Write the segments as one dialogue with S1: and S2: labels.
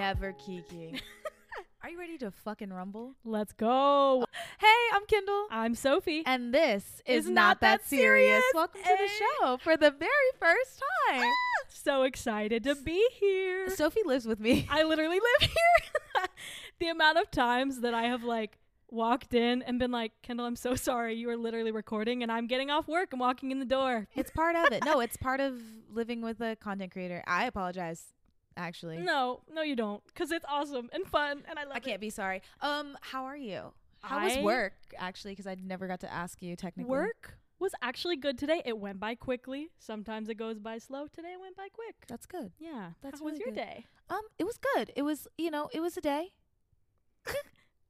S1: Ever Kiki. Are you ready to fucking rumble?
S2: Let's go.
S1: Hey, I'm Kendall.
S2: I'm Sophie.
S1: And this is
S2: Isn't
S1: Not, That, serious.
S2: Serious.
S1: Welcome to
S2: Hey.
S1: the show for the very first time.
S2: So excited to be here.
S1: Sophie lives with me.
S2: I literally live here. the amount of times that I have like walked in and been like, Kendall, I'm so sorry. You are literally recording and I'm getting off work and walking in the door.
S1: It's part of it. No, it's part of living with a content creator. I apologize, actually.
S2: No, no, you don't. Because it's awesome and fun and I love
S1: I can't
S2: it.
S1: be sorry. Um, how are you? How was
S2: I-
S1: work actually? Because I never got to ask you technically.
S2: Work was actually good today. It went by quickly. Sometimes it goes by slow. Today it went by quick.
S1: That's good.
S2: yeah.
S1: that's
S2: How was
S1: really
S2: your
S1: good.
S2: day?
S1: Um, it was good. It was you know it was a day.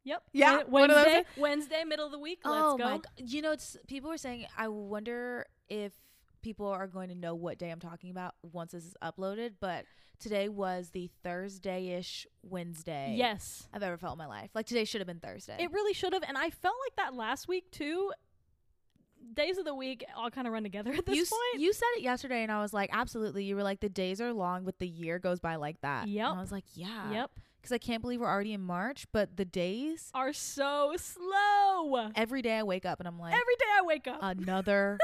S2: Yep.
S1: Yeah,
S2: Wed-
S1: one of those-
S2: Wednesday. Wednesday, middle of the week. Let's
S1: oh
S2: go.
S1: my! g- You know, it's people were saying. I wonder if people are going to know what day I'm talking about once this is uploaded. But today was the Thursday-ish Wednesday.
S2: Yes.
S1: I've ever felt in my life. Like today should have been Thursday.
S2: It really should have, and I felt like that last week too. Days of the week all kind of run together at this
S1: you, s-
S2: point.
S1: you said it yesterday, and I was like, absolutely. You were like, the days are long, but the year goes by like that. And
S2: Yep.
S1: I was like, yeah.
S2: yep,
S1: Because I can't believe we're already in March, but the days,
S2: are so slow.
S1: every day I wake up and I'm like,
S2: Every day I wake up,
S1: Uh, another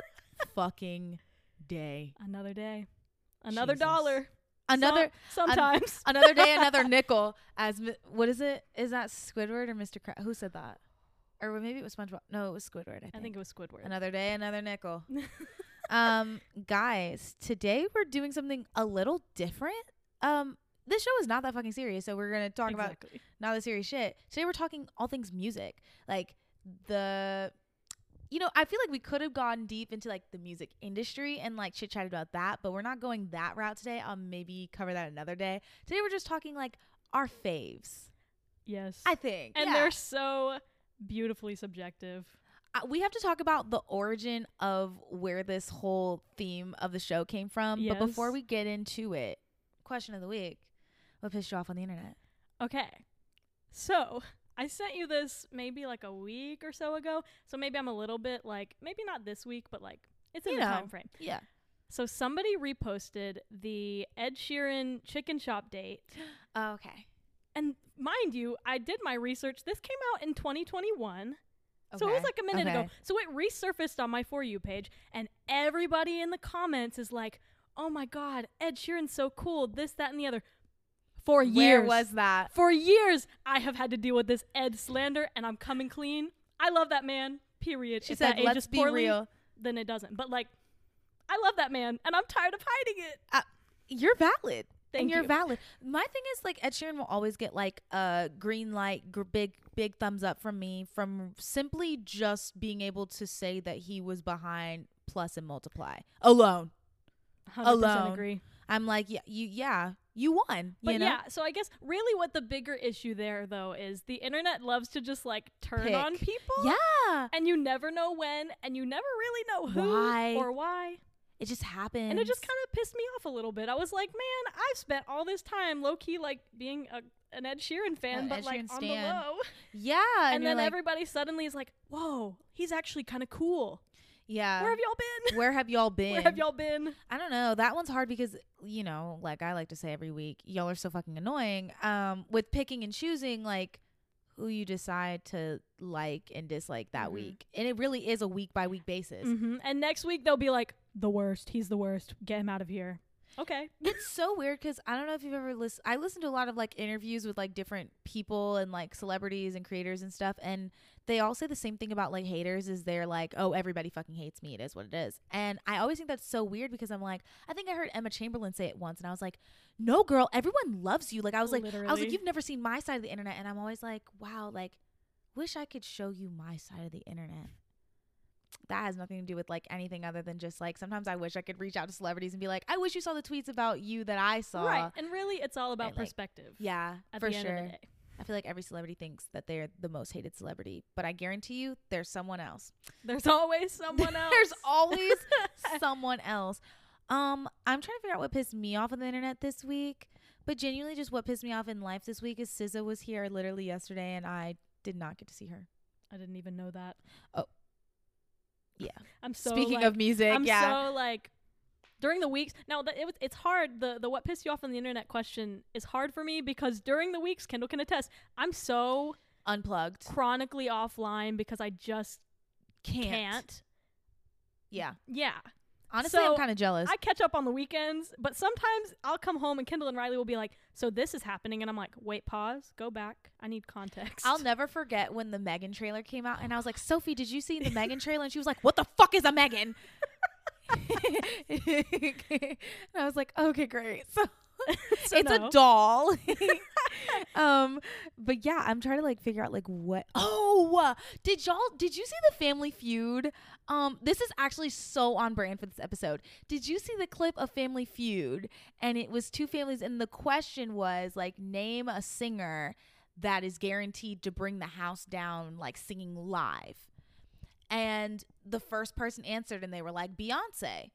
S1: fucking day.
S2: another day, another
S1: Jesus.
S2: dollar,
S1: Another
S2: Some- sometimes
S1: another day, another nickel. As mi- what is it? Is that Squidward or Mr. Krabs? Who said that? Or maybe it was SpongeBob. No, it was Squidward. I think.
S2: I think it was Squidward.
S1: another day, another nickel. um guys today we're doing something a little different um this show is not that fucking serious so we're gonna talk about
S2: exactly.
S1: not the serious shit today we're talking all things music like the you know i feel like we could have gone deep into like the music industry and like chit chatted about that but we're not going that route today i'll maybe cover that another day today we're just talking like our faves
S2: yes,
S1: i think
S2: and
S1: yeah.
S2: they're so beautifully subjective.
S1: Uh, we have to talk about the origin of where this whole theme of the show came from. But before
S2: Yes.
S1: we get into it, question of the week: What pissed you off on the internet?
S2: Okay, so I sent you this maybe like a week or so ago, so maybe I'm a little bit like maybe not this week, but like it's in
S1: You
S2: the
S1: know.
S2: time frame.
S1: Yeah,
S2: So somebody reposted the Ed Sheeran chicken shop date.
S1: Oh, okay.
S2: And mind you, I did my research. This came out in 2021. So it was
S1: Okay.
S2: like a minute ago.
S1: Okay.
S2: So it resurfaced on my For You page, and everybody in the comments is like, oh my God, Ed Sheeran's so cool, this, that, and the other. For
S1: Where
S2: years.
S1: was that?
S2: For years, I have had to deal with this Ed slander, and I'm coming clean. I love that man, period.
S1: She
S2: If
S1: said,
S2: that
S1: "Let's
S2: ages
S1: be
S2: poorly,
S1: real."
S2: Then it doesn't. But like, I love that man, and I'm tired of hiding it.
S1: You're valid. and
S2: Thank
S1: you're
S2: you.
S1: valid. My thing is like Ed Sheeran will always get like a green light, gr- big big thumbs up from me from simply just being able to say that he was behind plus and multiply alone.
S2: 100%
S1: Alone.
S2: agree.
S1: I'm like, yeah, you, yeah, you won.
S2: But
S1: you know?
S2: yeah, so I guess really what the bigger issue there though is the internet loves to just like turn
S1: Pick.
S2: on people.
S1: yeah.
S2: And you never know when and you never really know who
S1: Why?
S2: or why.
S1: It just happens.
S2: And it just kind of pissed me off a little bit. I was like, man, I've spent all this time low key like being a, an Ed Sheeran fan,
S1: An
S2: but
S1: Ed
S2: like
S1: Sheeran
S2: on
S1: stan.
S2: the low.
S1: yeah,
S2: And,
S1: you're
S2: then
S1: like,
S2: everybody suddenly is like, whoa, he's actually kind of cool.
S1: yeah.
S2: Where have y'all been?
S1: Where have y'all been?
S2: Where have y'all been?
S1: I don't know. That one's hard because you know, like I like to say every week, y'all are so fucking annoying. Um, with picking and choosing, like who you decide to like and dislike that
S2: Mhm.
S1: week, and it really is a week by week basis.
S2: hmm And next week they'll be like, the worst. He's the worst. Get him out of here. Okay.
S1: It's so weird because I don't know if you've ever listened. I listen to a lot of like interviews with like different people and like celebrities and creators and stuff, and they all say the same thing about like haters. Is they're like, "Oh, everybody fucking hates me. It is what it is." And I always think that's so weird because I'm like, I think I heard Emma Chamberlain say it once, and I was like, "No, girl, everyone loves you." Like I was like, I was like,
S2: Literally.
S1: "You've never seen my side of the internet," and I'm always like, "Wow, like." Wish I could show you my side of the internet. That has nothing to do with like anything other than just like sometimes I wish I could reach out to celebrities and be like, I wish you saw the tweets about you that I saw.
S2: Right. And really, it's all about
S1: and, like,
S2: perspective.
S1: Yeah,
S2: At
S1: for
S2: the end of
S1: sure.
S2: the day.
S1: I feel like every celebrity thinks that they're the most hated celebrity, but I guarantee you there's someone else.
S2: There's always someone else.
S1: there's always someone else. Um, I'm trying to figure out what pissed me off on the internet this week, but genuinely just what pissed me off in life this week is SZA was here literally yesterday and I did not get to see her.
S2: I didn't even know that.
S1: Oh. Yeah.
S2: I'm so
S1: Speaking
S2: like,
S1: of music,
S2: I'm
S1: yeah.
S2: so like during the weeks now th- it was it's hard the the what pissed you off on the internet question is hard for me because during the weeks kendall can attest i'm so
S1: Unplugged.
S2: chronically offline because i just
S1: Can't.
S2: can't,
S1: Yeah.
S2: yeah
S1: Honestly, I'm
S2: So,
S1: kind of jealous.
S2: i catch up on the weekends but sometimes i'll come home and kendall and riley will be like so this is happening and i'm like wait pause go back i need context
S1: I'll never forget when the Megan trailer came out, and I was like, Sophie, did you see the Megan trailer? And she was like, What the fuck is a Megan? and I was like, Okay, great. So,
S2: So
S1: it's
S2: no.
S1: a doll. um, but yeah, I'm trying to like figure out like what. Oh, uh, did y'all did you see the Family Feud? Um, this is actually so on brand for this episode. Did you see the clip of Family Feud? And it was two families, and the question was like, name a singer that is guaranteed to bring the house down, like singing live. And the first person answered, and they were like Beyonce.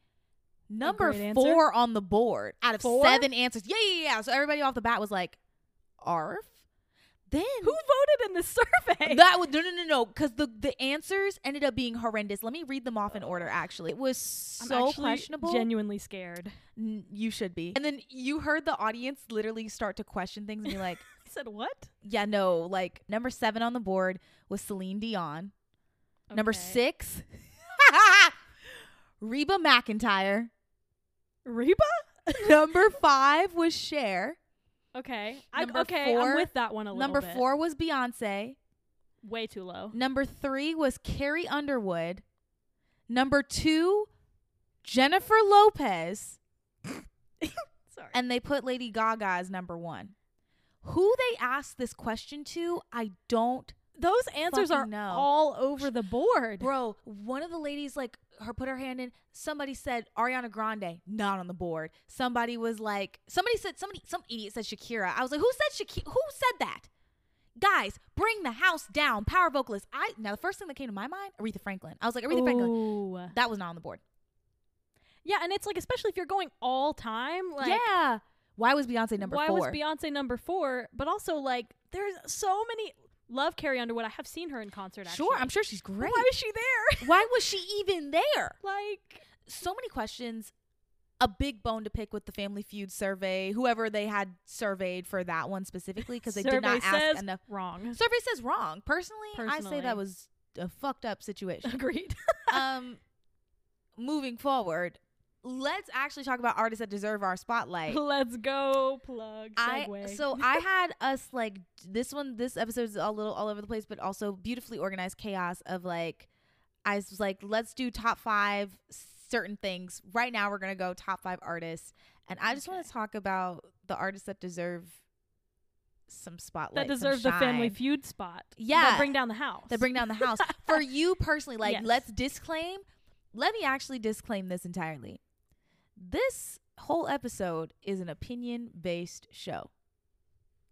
S1: Number
S2: great answer.
S1: four on the board out of
S2: Four?
S1: seven answers. Yeah, yeah, yeah. So everybody off the bat was like, "Arf." Then
S2: who voted in this survey
S1: that was no, no, no, no, because the the answers ended up being horrendous. Let me read them off in order. Actually, it was
S2: I'm
S1: so
S2: actually
S1: questionable.
S2: genuinely scared
S1: N- you should be. And then you heard the audience literally start to question things and be like,
S2: i said what
S1: "Yeah, no." Like number seven on the board was Celine Dion. Number
S2: Okay.
S1: six, Reba McIntyre.
S2: reba
S1: Number five was Cher.
S2: okay i'm
S1: Number
S2: okay
S1: four-
S2: i'm with that one a little
S1: Number
S2: bit.
S1: four was Beyonce.
S2: way too low
S1: Number three was Carrie Underwood. Number two, Jennifer Lopez.
S2: sorry
S1: And they put Lady Gaga as number one. Who they asked this question to, I don't.
S2: those answers
S1: fucking
S2: are
S1: know.
S2: all over the board
S1: Bro, one of the ladies like her put her hand in. Somebody said Ariana Grande, not on the board. Somebody was like, somebody said somebody some idiot said Shakira. I was like, who said Shakira? Who said that? Guys, bring the house down. Power vocalist. I now the first thing that came to my mind, Aretha Franklin. I was like, Aretha Franklin.
S2: Ooh.
S1: That was not on the board.
S2: Yeah, and it's like especially if you're going all time, like
S1: yeah. Why was Beyonce number
S2: why
S1: four?
S2: was Beyonce number four? But also like there's so many love Carrie Underwood. I have seen her in concert actually.
S1: sure, I'm sure she's great.
S2: why is she there?
S1: Why was she even there?
S2: like
S1: So many questions. A big bone to pick with the Family Feud survey, whoever they had surveyed for that one specifically, because they did
S2: survey
S1: not
S2: says
S1: ask enough.
S2: wrong.
S1: Survey says wrong. Personally, I say
S2: Personally.
S1: that was a fucked up situation.
S2: Agreed.
S1: um, moving forward, let's actually talk about artists that deserve our spotlight.
S2: Let's go plug
S1: I
S2: segue.
S1: so I had us like this one this episode is a little all over the place but also beautifully organized chaos of like I was like let's do top 5 certain things. Right now we're going to go top 5 artists and I just want
S2: Okay.
S1: to talk about the artists that deserve some spotlight.
S2: that
S1: some
S2: deserves the family
S1: shine,
S2: feud spot.
S1: Yeah.
S2: That bring down the house.
S1: That bring down the house. For you personally like
S2: Yes.
S1: let's disclaim let me actually disclaim this entirely. This whole episode is an opinion based show.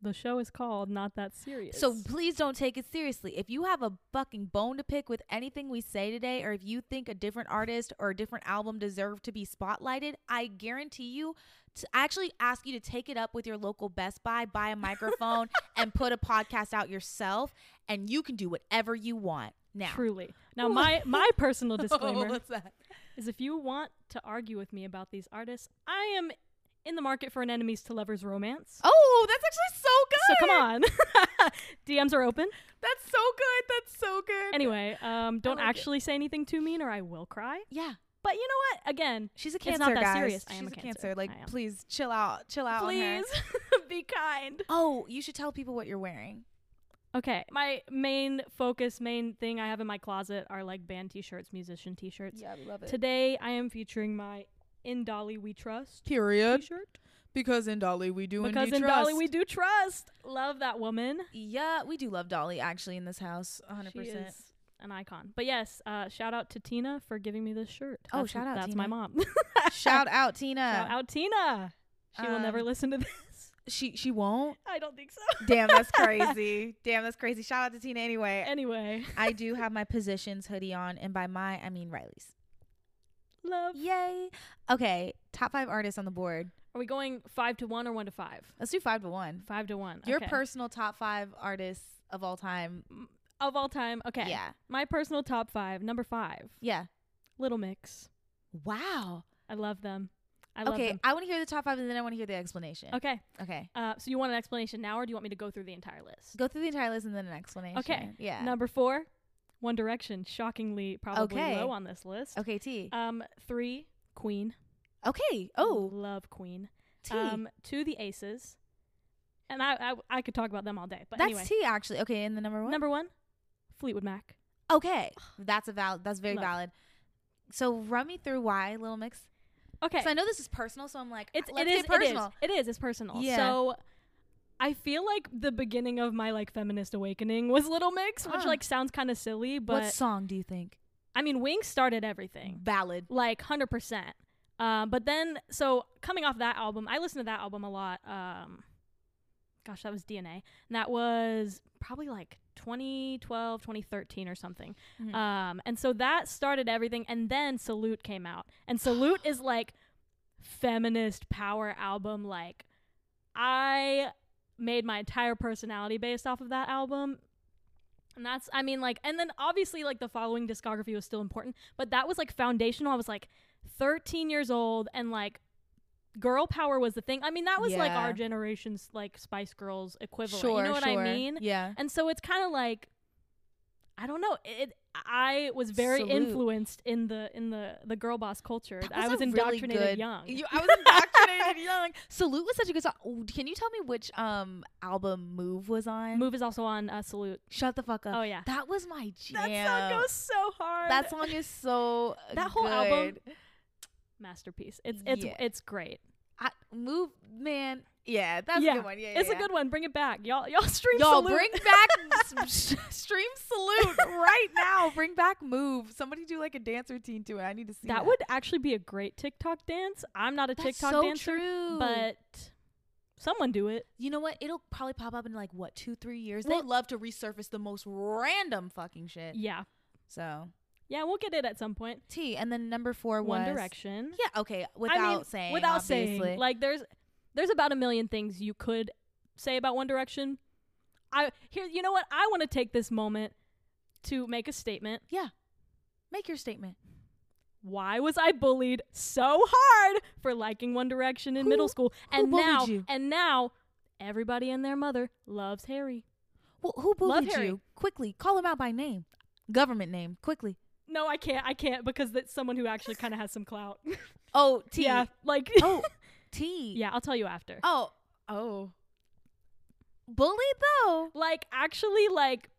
S2: the show is called Not That Serious.
S1: So please don't take it seriously. If you have a fucking bone to pick with anything we say today, or if you think a different artist or a different album deserve to be spotlighted, I guarantee you to I actually ask you to take it up with your local Best Buy, buy a microphone, and put a podcast out yourself, and you can do whatever you want. Now,
S2: truly. Now my my personal disclaimer
S1: what's that?
S2: is if you want to argue with me about these artists, I am in the market for an enemies to lovers romance.
S1: Oh, that's actually so
S2: So
S1: good.
S2: come on. DMs are open.
S1: That's so good. That's so good.
S2: Anyway, um, don't
S1: like it.
S2: actually say anything too mean or I will cry.
S1: yeah,
S2: But you know what? Again,
S1: she's a
S2: It's
S1: cancer.
S2: not that
S1: guys.
S2: serious. I
S1: She's
S2: am
S1: a
S2: a
S1: cancer.
S2: Cancer.
S1: Like,
S2: I am.
S1: please chill out. Chill out. on her.
S2: please be kind.
S1: Oh, you should tell people what you're wearing.
S2: Okay. My main focus, main thing I have in my closet are like band t shirts, musician t shirts.
S1: Yeah, we love
S2: Today I am featuring my In Dolly We Trust t
S1: Period.
S2: shirt.
S1: Because in Dolly we do
S2: Because in Dolly we do trust. Love that woman.
S1: Yeah, we do love Dolly actually in this house, 100%.
S2: She is an icon. But yes, uh, shout out to Tina for giving me this shirt.
S1: Oh,
S2: That's-
S1: shout out,
S2: That's
S1: Tina.
S2: my mom.
S1: Shout out Tina.
S2: shout out Tina. She will never
S1: Um,
S2: listen to this.
S1: She she won't.
S2: I don't think so.
S1: Damn, that's crazy. Damn, that's crazy. Shout out to Tina anyway.
S2: Anyway,
S1: I do have my positions hoodie on and by my I mean Riley's.
S2: love.
S1: Yay. Okay, top 5 artists on the board.
S2: Are we going five to one or one to five?
S1: Let's do 5 to 1.
S2: Five to one.
S1: Your
S2: okay.
S1: personal top 5 artists of all time.
S2: of all time. Okay.
S1: Yeah.
S2: My personal top five. Number five,
S1: Yeah.
S2: Little Mix.
S1: Wow.
S2: I love them. I love
S1: okay,
S2: them.
S1: I want to hear the top five, and then I want to hear the explanation. Okay.
S2: Okay. Uh, so you want an explanation now, or do you want me to go through the entire list?
S1: Go through the entire list and then an explanation. Yeah.
S2: Number four, One Direction. Shockingly, probably
S1: Okay.
S2: low on this list.
S1: Okay. T.
S2: Um, three, Queen.
S1: okay. Oh.
S2: love Queen.
S1: T.
S2: Um, two, the Aces. And I, I, I could talk about them all day, but
S1: that's
S2: anyway,
S1: T. Actually. Okay. And the number one.
S2: number one, Fleetwood Mac.
S1: okay. That's a valid. That's very
S2: Love.
S1: valid. So run me through why Little Mix.
S2: Okay,
S1: So I know this is personal. So I'm like,
S2: it's
S1: let's
S2: it is
S1: get personal.
S2: It is, it is it's personal.
S1: Yeah.
S2: So I feel like the beginning of my like feminist awakening was Little Mix, which
S1: Huh.
S2: like sounds kind of silly, but
S1: what song do you think?
S2: I mean, Wings started everything.
S1: Valid.
S2: like 100% um, but then so coming off that album i listened to that album a lot um, gosh that was dna and that was probably like 2012 2013 or something
S1: Mhm.
S2: um, and so that started everything and then salute came out and salute is like feminist power album like i made my entire personality based off of that album and that's i mean like and then obviously like the following discography was still important but that was like foundational i was like 13 years old and like girl power was the thing i mean that was like
S1: Yeah.
S2: our generation's like spice girls equivalent
S1: Sure.
S2: you know what
S1: sure.
S2: i mean
S1: Yeah.
S2: and so it's kind of like I don't know. It I was very
S1: Salute.
S2: influenced in the in the the girl boss culture.
S1: That
S2: I
S1: a
S2: was indoctrinated
S1: really good,
S2: young.
S1: You, I was indoctrinated young. Salute was such a good song. Ooh, Can you tell me which um album Move was on?
S2: Move is also on uh, Salute.
S1: Shut the fuck up.
S2: Oh yeah.
S1: That was my jam.
S2: so hard.
S1: That song is so
S2: That whole album-
S1: good.
S2: masterpiece. It's it's
S1: Yeah.
S2: it's great.
S1: I, move, man. Yeah, that's a
S2: Yeah,
S1: good one. Yeah, yeah,
S2: It's a
S1: yeah.
S2: good one. Bring it back. Y'all y'all stream
S1: Y'all
S2: Salute.
S1: bring back s- sh- stream salute right now. Bring back move. Somebody do like a dance routine to it. I need to see that.
S2: that would actually be a great TikTok dance. I'm not a
S1: That's
S2: TikTok
S1: so
S2: dancer,
S1: true.
S2: but someone do it.
S1: you know what? It'll probably pop up in like what two, three years.
S2: Well-
S1: they love to resurface the most random fucking shit.
S2: Yeah.
S1: So
S2: Yeah, we'll get it at some point.
S1: T and then number four
S2: One
S1: was
S2: Direction.
S1: Yeah, okay. Without
S2: I mean,
S1: saying,
S2: without
S1: obviously.
S2: saying, like there's there's about a million things you could say about One Direction. I here, you know what? I want to take this moment to make a statement.
S1: make your statement.
S2: Why was I bullied so hard for liking One Direction in
S1: Who-
S2: middle school?
S1: who
S2: And
S1: bullied
S2: now,
S1: you?
S2: and now, everybody and their mother loves Harry.
S1: Well, who
S2: Love
S1: bullied
S2: Harry.
S1: you? Quickly, call him out by name, government name, quickly.
S2: No, I can't. I can't because that's someone who actually kind of has some clout.
S1: Oh, T.
S2: yeah, like
S1: Oh, T.
S2: yeah. I'll tell you after.
S1: Oh, oh. Bullied though.
S2: Like actually, like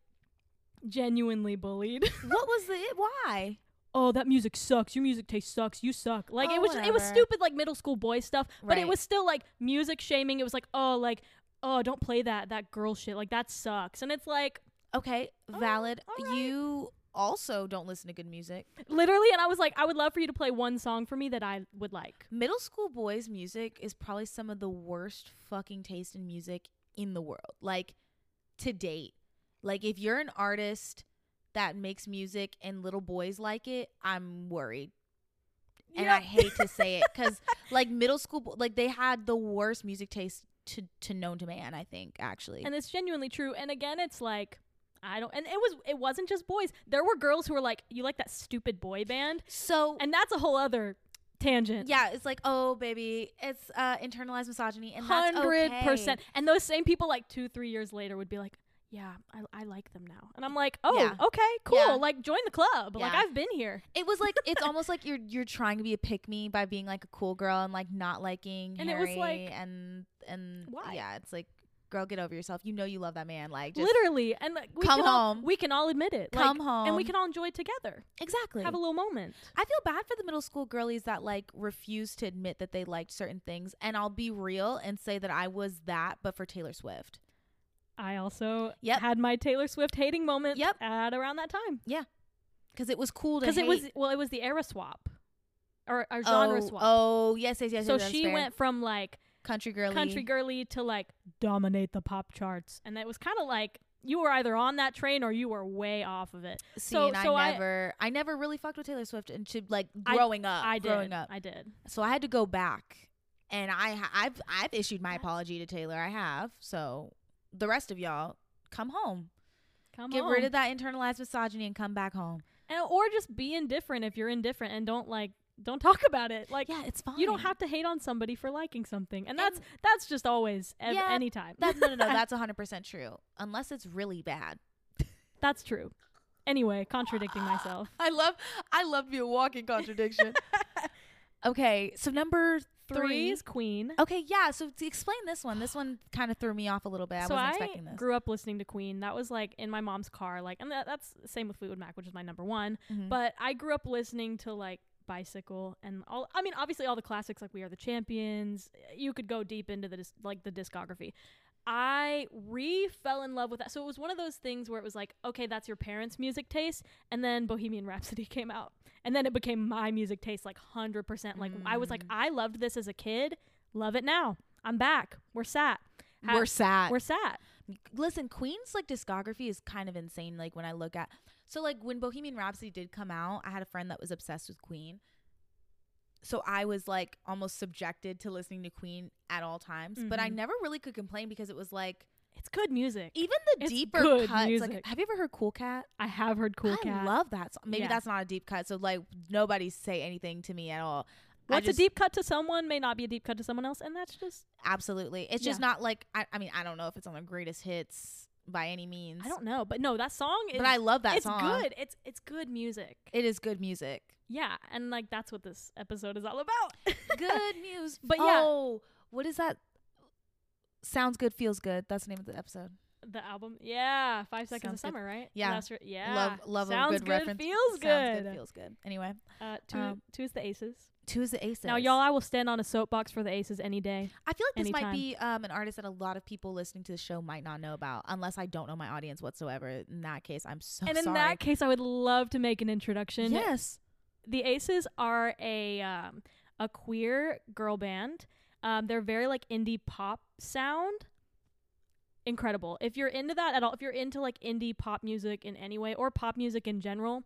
S2: genuinely bullied.
S1: What was the why?
S2: oh that music sucks your music taste sucks you suck like
S1: Oh,
S2: it was it was
S1: whatever.
S2: stupid like middle school boy stuff but it
S1: Right.
S2: was still like music shaming it was like oh like oh don't play that that girl shit like that sucks and it's like
S1: Okay,
S2: Oh,
S1: valid.
S2: all right.
S1: You also don't listen to good music.
S2: literally and i was like i would love for you to play one song for me that i would like
S1: Middle school boys' music is probably some of the worst fucking taste in music in the world. Like to date. Like if you're an artist that makes music and little boys like it, I'm worried. And I
S2: Yep.
S1: hate to say it cuz like middle school bo- like they had the worst music taste to to known to man, I think actually.
S2: and it's genuinely true and again it's like i don't and it was it wasn't just boys there were girls who were like you like that stupid boy band
S1: so
S2: and that's a whole other tangent
S1: yeah, it's like, "Oh, baby, it's uh internalized misogyny and that's
S2: hundred
S1: okay.
S2: percent. And those same people, like two, three years later, would be like, "Yeah, I, I like them now," and I'm like, "Oh,
S1: Yeah.
S2: okay, cool.
S1: Yeah.
S2: Like, join the club. Like,
S1: Yeah.
S2: I've been here."
S1: It was like it's almost like you're you're trying to be a pick me by being like a cool girl and like not liking
S2: And it
S1: Harry
S2: was like,
S1: and and
S2: why?
S1: yeah, it's like girl, get over yourself. You know you love that man. Like just
S2: Literally, and like, we
S1: come
S2: can all,
S1: home.
S2: we can all admit it. Like,
S1: come home
S2: and we can all enjoy it together.
S1: exactly.
S2: Have a little moment.
S1: I feel bad for the middle school girlies that like refuse to admit that they liked certain things. And I'll be real and say that I was that, but for Taylor Swift.
S2: I also
S1: Yep.
S2: had my Taylor Swift hating moment.
S1: Yep.
S2: at around that time
S1: Because it was cool to
S2: because it was
S1: hate.
S2: well, it was the era swap or, or
S1: oh,
S2: genre swap.
S1: Oh yes, yes, yes.
S2: so
S1: yes, that's
S2: she
S1: fair.
S2: went from like
S1: country girly.
S2: country girly to like dominate the pop charts and it was kind of like you were either on that train or you were way off of it
S1: See,
S2: so-
S1: and
S2: so
S1: I
S2: I-
S1: never, I, never really fucked with Taylor Swift, and she like
S2: I-
S1: growing up,
S2: i
S1: Uh, growing
S2: did
S1: up,
S2: i did
S1: so I had to go back, and I ha- I've I've issued my
S2: That's-
S1: apology to Taylor. I have. So the rest of y'all, come home,
S2: come
S1: get
S2: on
S1: rid of that internalized misogyny, and come back home.
S2: and, or just be indifferent if you're indifferent and don't like don't talk about it. Like
S1: yeah, it's fine.
S2: you don't have to hate on somebody for liking something. And that's that's just always ev-
S1: Yeah,
S2: anytime.
S1: that. No, no, no. That's hundred percent true. Unless it's really bad.
S2: that's true. Anyway, contradicting myself.
S1: I love. I love to be a walking contradiction. okay, so number three.
S2: Three's Queen.
S1: Okay, yeah. So to explain this one. This one kind of threw me off a little bit. I
S2: so
S1: wasn't
S2: I
S1: expecting this.
S2: grew up listening to Queen. That was like in my mom's car, like, and that, that's the same with Fleetwood Mac, which is my number one.
S1: Mhm.
S2: But I grew up listening to like Bicycle and all. I mean, obviously all the classics like We Are the Champions. eh, You could go deep into the dis- like the discography. I re fell in love with that. So it was one of those things where it was like, okay, that's your parents' music taste, and then Bohemian Rhapsody came out, and then it became my music taste, like hundred percent. Like I was
S1: Mm.
S2: like, I loved this as a kid, love it now. I'm back. We're sat. Ha-
S1: we're sad.
S2: We're sat.
S1: Listen, Queen's like discography is kind of insane. Like when I look at, so like when Bohemian Rhapsody did come out, I had a friend that was obsessed with Queen. So I was like almost subjected to listening to Queen at all times, but I
S2: Mhm.
S1: never really could complain because it was like
S2: It's good music.
S1: even the
S2: It's
S1: deeper
S2: good
S1: cuts. Like,
S2: music.
S1: have you ever heard Cool Cat?
S2: I have heard Cool
S1: I
S2: Cat.
S1: love that song. Maybe
S2: Yeah.
S1: that's not a deep cut, so like nobody say anything to me at all. I
S2: What's
S1: just-
S2: a deep cut to someone may not be a deep cut to someone else, and that's just
S1: Absolutely, it's just not like I. I mean, I don't know if it's on the greatest hits by any means.
S2: I don't know. But no, that song is
S1: but I love that
S2: it's
S1: song.
S2: good. It's it's good music.
S1: It is good music.
S2: yeah, and like that's what this episode is all about.
S1: good news.
S2: But yeah.
S1: oh, what is that? Sounds good, feels good. That's the name of the episode.
S2: the album. Yeah, Five Seconds
S1: Sounds
S2: of
S1: good.
S2: Summer, right?
S1: Yeah.
S2: Last re- yeah.
S1: Love, love
S2: Sounds
S1: a good, reference.
S2: Feels
S1: Sounds
S2: good.
S1: feels good. Anyway,
S2: uh, two,
S1: Um,
S2: two is the Aces.
S1: two is the aces.
S2: Now, y'all, I will stand on a soapbox for the Aces any day.
S1: I feel like this might
S2: anytime.
S1: be um, an artist that a lot of people listening to the show might not know about, unless I don't know my audience whatsoever. In that case, I'm so
S2: and in
S1: Oh, sorry.
S2: that case, I would love to make an introduction.
S1: yes,
S2: the Aces are a um, a queer girl band. Um, they're very like indie pop sound. Incredible. If you're into that at all, if you're into like indie pop music in any way or pop music in general,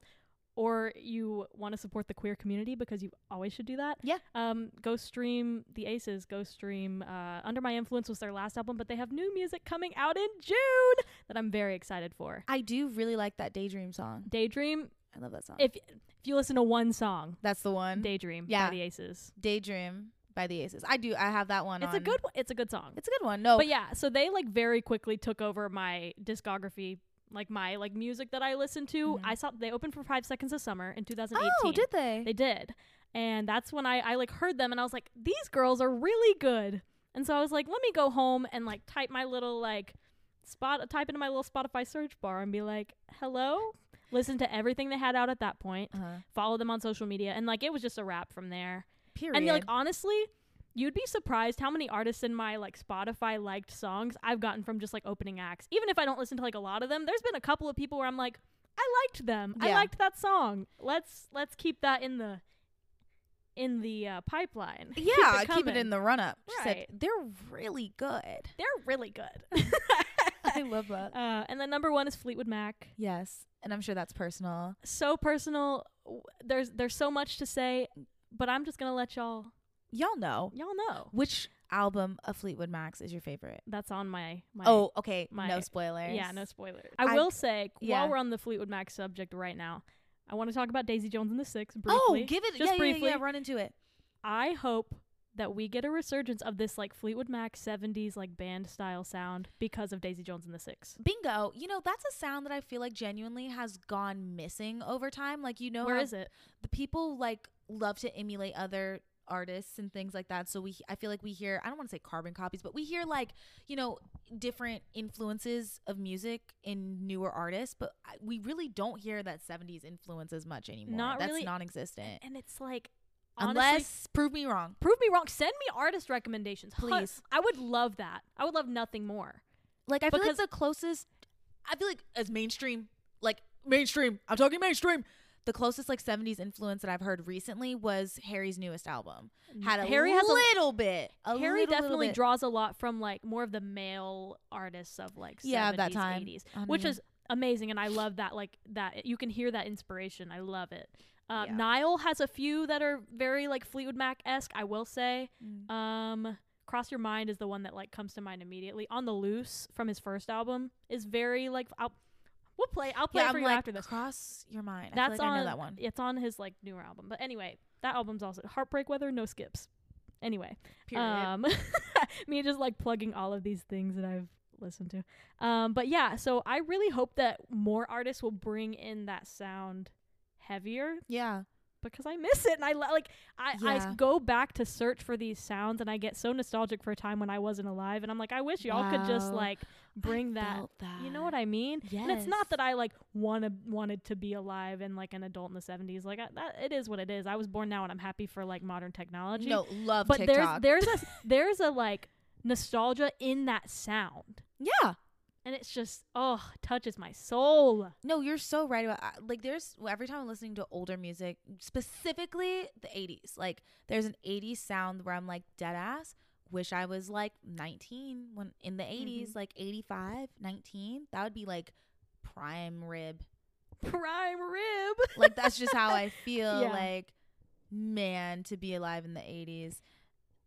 S2: or you want to support the queer community because you always should do that.
S1: Yeah.
S2: Um, go stream the Aces. Go stream uh, Under My Influence was their last album, but they have new music coming out in June that I'm very excited for.
S1: I do really like that daydream song.
S2: Daydream.
S1: I love that song.
S2: If if you listen to one song,
S1: That's the one.
S2: Daydream
S1: Yeah.
S2: by the Aces.
S1: daydream by the Aces. I do. I have that one.
S2: It's a
S1: on-
S2: good one. It's a good song.
S1: It's a good one. No,
S2: but yeah, so they like very quickly took over my discography, like my like music that I listened to.
S1: Mhm.
S2: I saw they opened for 5 Seconds of Summer in 2018.
S1: oh, did they?
S2: They did. And that's when I I like heard them and I was like these girls are really good. And so I was like let me go home and like type my little like spot type into my little Spotify search bar and be like hello, listen to everything they had out at that point.
S1: uh-huh.
S2: Follow them on social media and like it was just a wrap from there.
S1: Period.
S2: And like honestly, you'd be surprised how many artists in my like Spotify liked songs I've gotten from just like opening acts. Even if I don't listen to like a lot of them, there's been a couple of people where I'm like, I liked them. I
S1: Yeah.
S2: liked that song. Let's let's keep that in the in the uh, pipeline.
S1: Yeah, keep it, in the run up. She
S2: Right.
S1: said, they're really good.
S2: They're really good.
S1: I love that.
S2: uh, and then number one is Fleetwood Mac.
S1: Yes. And I'm sure that's personal.
S2: So personal. w- There's there's so much to say, but I'm just gonna let y'all
S1: Y'all know.
S2: y'all know
S1: Which album of Fleetwood Macs is your favorite?
S2: that's on my my
S1: oh, okay.
S2: my-
S1: no spoilers.
S2: Yeah, no spoilers.
S1: I-
S2: I will say,
S1: yeah.
S2: while we're on the Fleetwood Mac subject right now, I want to talk about Daisy Jones and the Six briefly.
S1: Oh, give it.
S2: just
S1: yeah, yeah,
S2: briefly.
S1: yeah, yeah. Run into it.
S2: I hope that we get a resurgence of this like Fleetwood Mac 70s like band style sound because of Daisy Jones and the Six.
S1: Bingo. You know, that's a sound that I feel like genuinely has gone missing over time. Like, you know,
S2: Where
S1: how
S2: is it?
S1: the people like love to emulate other artists and things like that so we i feel like we hear i don't want to say carbon copies but we hear like you know different influences of music in newer artists but I- we really don't hear that 70s influence as much anymore
S2: Not
S1: that's
S2: really.
S1: non-existent
S2: And it's like honestly,
S1: unless prove me wrong
S2: prove me wrong. Send me artist recommendations, Hun-
S1: Please.
S2: I would love that. I would love nothing more.
S1: like i feel like
S2: Because-
S1: the closest i feel like as mainstream like mainstream i'm talking mainstream the closest like 70s influence that i've heard recently was harry's newest album had a
S2: Mm. Harry has a-
S1: little bit a
S2: Harry
S1: little, little
S2: definitely
S1: bit.
S2: draws a lot from like more of the male artists of like
S1: Yeah,
S2: 70s,
S1: of that time.
S2: 80s,
S1: I
S2: which
S1: mean-
S2: is amazing, and I love that. Like that, you can hear that inspiration. I love it. Um,
S1: Yeah.
S2: Nile has a few that are very like Fleetwood Mac esque. I will say,
S1: Mm.
S2: um, Cross Your Mind is the one that like comes to mind immediately. On the Loose from his first album is very like I'll, we'll play. I'll play
S1: yeah,
S2: for
S1: I'm
S2: you
S1: like,
S2: after this.
S1: cross your mind. I feel
S2: That's
S1: like
S2: on uh,
S1: I know that one.
S2: It's on his like newer album. But anyway, That album's also Heartbreak Weather, no skips. Anyway,
S1: Period.
S2: um, me just like plugging all of these things that I've listened to. Um, but yeah, so I really hope that more artists will bring in that sound heavier
S1: yeah.
S2: because I miss it and I lo- like I, I
S1: Yeah.
S2: go back to search for these sounds and I get so nostalgic for a time when I wasn't alive and I'm like I wish y'all could just
S1: Wow.
S2: like bring that
S1: felt that.
S2: you know what I mean? And it's not
S1: Yes.
S2: that I like wanna wanted to be alive and like an adult in the 70s. Like I, that, it is what it is. I was born now and I'm happy for like modern technology.
S1: No, love
S2: but
S1: TikTok.
S2: there's there's a there's a like nostalgia in that sound.
S1: yeah.
S2: And it's just oh, touches my soul.
S1: No, you're so right about I- like there's every time I'm listening to older music, specifically the 80s. Like there's an 80s sound where I'm like dead ass wish I was like 19 when in the 80s
S2: Mm-hmm.
S1: like 85, 19. That would be like prime rib.
S2: Prime rib.
S1: Like that's just how I feel
S2: Yeah.
S1: like man to be alive in the 80s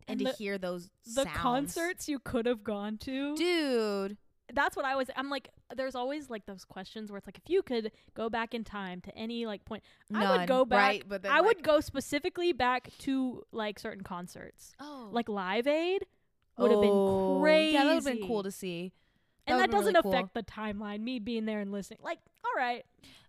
S1: and,
S2: And
S1: to
S2: the-
S1: hear those
S2: the
S1: sounds.
S2: concerts you could have gone to.
S1: Dude,
S2: That's what I was. I'm like, there's always like those questions where it's like, if you could go back in time to any like point, I
S1: none,
S2: would go back.
S1: right? but then,
S2: I would
S1: like,
S2: go specifically back to like certain concerts,
S1: Oh.
S2: like Live Aid would have been
S1: Oh,
S2: crazy.
S1: Yeah, that would have been cool to see.
S2: and that
S1: would've been
S2: doesn't
S1: really cool.
S2: affect the timeline. Me being there and listening, like, all right,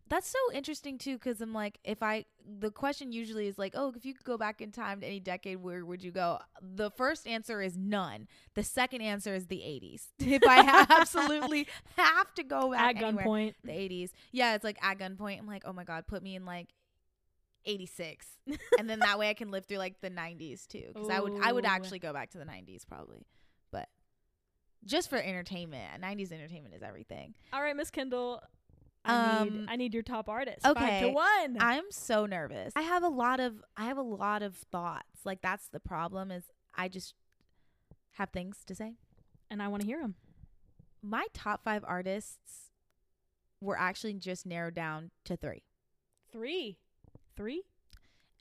S1: That's so interesting too, because I'm like, if I the question usually is like, oh, if you could go back in time to any decade, where would you go? The first answer is none. The second answer is the 80s. If I ha- absolutely have to go
S2: at
S1: back anywhere,
S2: gunpoint.
S1: the 80s. Yeah, it's like at gunpoint. I'm like, oh my god, put me in like 86, and then that way I can live through like the 90s too, because I would I would
S2: Ooh.
S1: actually go back to the 90s probably, but just for entertainment, 90s entertainment is everything.
S2: All right, Miss Kendall, I need
S1: Um,
S2: I need your top artist. five to
S1: okay,
S2: one.
S1: I'm so nervous. I have a lot of I have a lot of thoughts. Like that's the problem is I just have things to say.
S2: and I want to hear him.
S1: My top 5 artists were actually just narrowed down to 3.
S2: Three, three.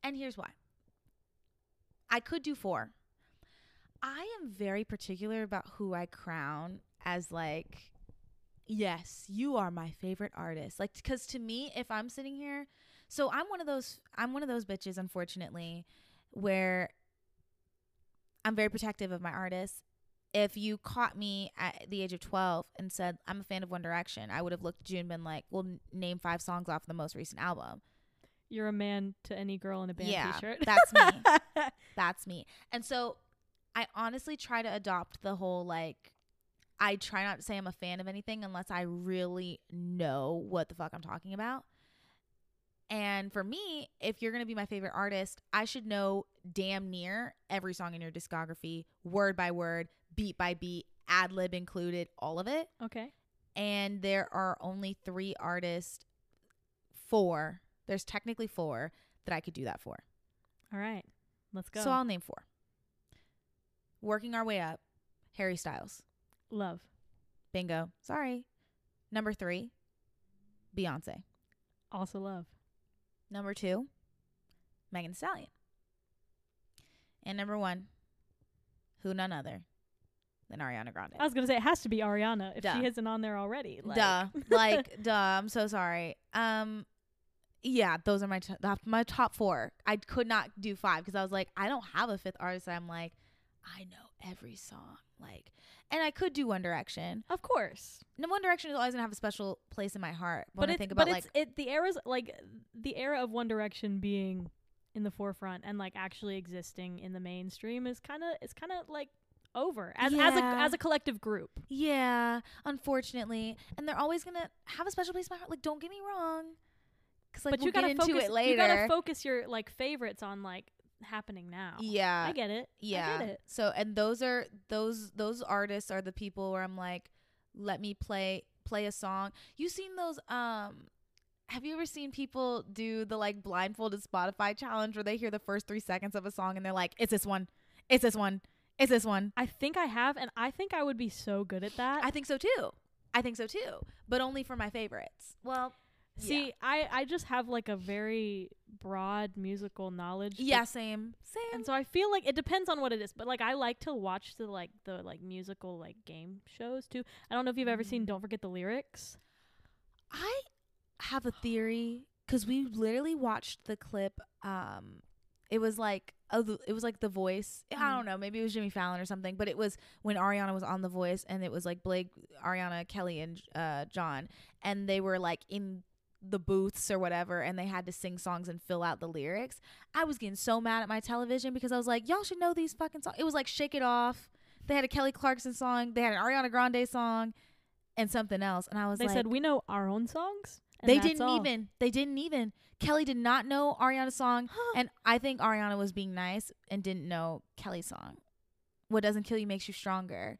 S1: And here's why. I could do 4. I am very particular about who I crown as like yes, you are my favorite artist. Like cuz to me if I'm sitting here so I'm one of those I'm one of those bitches unfortunately where I'm very protective of my artists. If you caught me at the age of 12 and said I'm a fan of One Direction, I would have looked at you and been like, "Well, n- name 5 songs off the most recent album."
S2: You're a man to any girl in a band
S1: Yeah,
S2: T-shirt.
S1: that's me. That's me. And so I honestly try to adopt the whole like I try not to say I'm a fan of anything unless I really know what the fuck I'm talking about. And for me, if you're going to be my favorite artist, I should know damn near every song in your discography, word by word, beat by beat, ad lib included, all of it.
S2: okay.
S1: And there are only three artists, four, there's technically four that I could do that for.
S2: All right. Let's go.
S1: So I'll name four. Working our way up, Harry Styles.
S2: Love.
S1: Bingo. Sorry. Number three, Beyonce.
S2: Also love.
S1: Number two, Megan Thee Stallion. And number one, who none other than Ariana Grande.
S2: I was gonna say it has to be Ariana if
S1: Duh.
S2: she isn't on there already. Like,
S1: duh. like, duh. I'm so sorry. Um, yeah, those are my t- top, my top four. I could not do five because I was like, I don't have a fifth artist. that I'm like, I know every song. Like, and I could do One Direction.
S2: Of course.
S1: No, One Direction is always gonna have a special place in my heart. When
S2: but
S1: I
S2: it's
S1: think about
S2: but
S1: like,
S2: it's it the era's like the era of One Direction being in the forefront and like actually existing in the mainstream is kind of it's kind of like over as as a
S1: Yeah.
S2: as a collective group.
S1: yeah, unfortunately, and they're always gonna have a special place in my heart. Like, don't get me wrong, because like
S2: but
S1: we'll
S2: you gotta
S1: get
S2: focus
S1: into it later.
S2: you gotta focus your like favorites on like happening now.
S1: yeah,
S2: I get it.
S1: yeah
S2: I get it.
S1: so and those are those those artists are the people where i'm like let me play play a song you seen those um have you ever seen people do the like blindfolded spotify challenge where they hear the first three seconds of a song and they're like it's this one it's this one it's this one
S2: I think I have and I think I would be so good at that.
S1: i think so too i think so too but only for my favorites well
S2: See, I I just have like a very broad musical knowledge. be-
S1: yeah same same
S2: And so I feel like it depends on what it is, but like I like to watch the like the like musical like game shows too. I don't know if you've ever
S1: Mm.
S2: seen Don't Forget the Lyrics.
S1: I have a theory because we literally watched the clip um it was like a, it was like The Voice. I
S2: Mm.
S1: don't know, maybe it was Jimmy Fallon or something, but it was when Ariana was on The Voice, and it was like Blake, Ariana, Kelly, and uh, John, and they were like in the booths or whatever, and they had to sing songs and fill out the lyrics. I was getting so mad at my television because I was like, y'all should know these fucking songs. It was like Shake It Off. They had a Kelly Clarkson song. They had an Ariana Grande song. And something else, and I was
S2: They
S1: like,
S2: said we know our own songs. and
S1: they
S2: that's
S1: didn't
S2: all."
S1: even. They didn't even. Kelly did not know Ariana's song, and I think Ariana was being nice and didn't know Kelly's song. What doesn't kill you makes you stronger.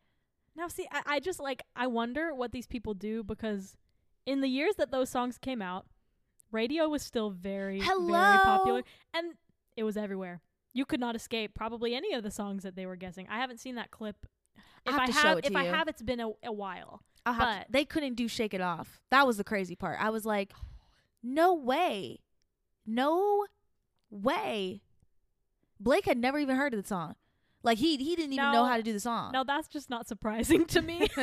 S2: Now, see, I, I just like, I wonder what these people do because in the years that those songs came out, radio was still very, very
S1: Hello?
S2: popular and it was everywhere. You could not escape probably any of the songs that they were guessing. I haven't seen that clip.
S1: I
S2: If
S1: have
S2: I
S1: to show it
S2: have,
S1: to
S2: if I
S1: you.
S2: have, it's been a, a while.
S1: I'll have to-
S2: But-
S1: they couldn't do "Shake It Off." That was the crazy part. I was like, no way, no way. Blake had never even heard of the song. Like he he didn't even know
S2: No.
S1: how to do the song.
S2: Now that's just not surprising to me.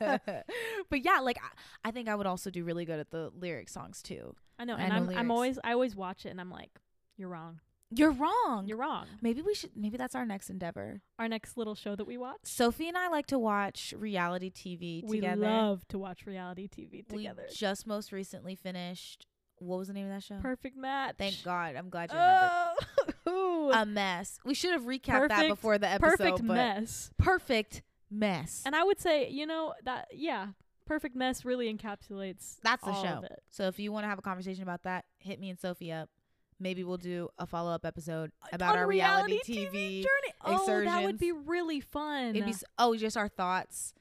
S1: but yeah, like I, I think I would also do really good at the lyric songs too.
S2: I know,
S1: I
S2: and
S1: know
S2: I'm,
S1: lyrics.
S2: I'm always, I always watch it, and I'm like, you're wrong,
S1: You're wrong.
S2: you're wrong.
S1: Maybe we should. Maybe that's our next endeavor.
S2: Our next little show that we watch,
S1: Sophie and I like to watch reality TV together.
S2: we love to watch reality TV
S1: We
S2: together.
S1: just most recently finished. What was the name of that show?
S2: Perfect match.
S1: Thank God. I'm glad you remembered.
S2: Oh,
S1: A mess. We should have recapped that
S2: Perfect-
S1: before the Um, episode.
S2: perfect
S1: but
S2: mess.
S1: Perfect mess.
S2: And I would say, you know, that yeah, perfect mess really encapsulates
S1: That's the
S2: all
S1: show.
S2: Of it.
S1: so if you want to have a conversation about that, hit me and Sophie up. Maybe we'll do a follow up episode about
S2: On
S1: our reality, TV.
S2: journey. Oh, that would
S1: exurgence.
S2: be really fun.
S1: It'd be s- oh, just our thoughts,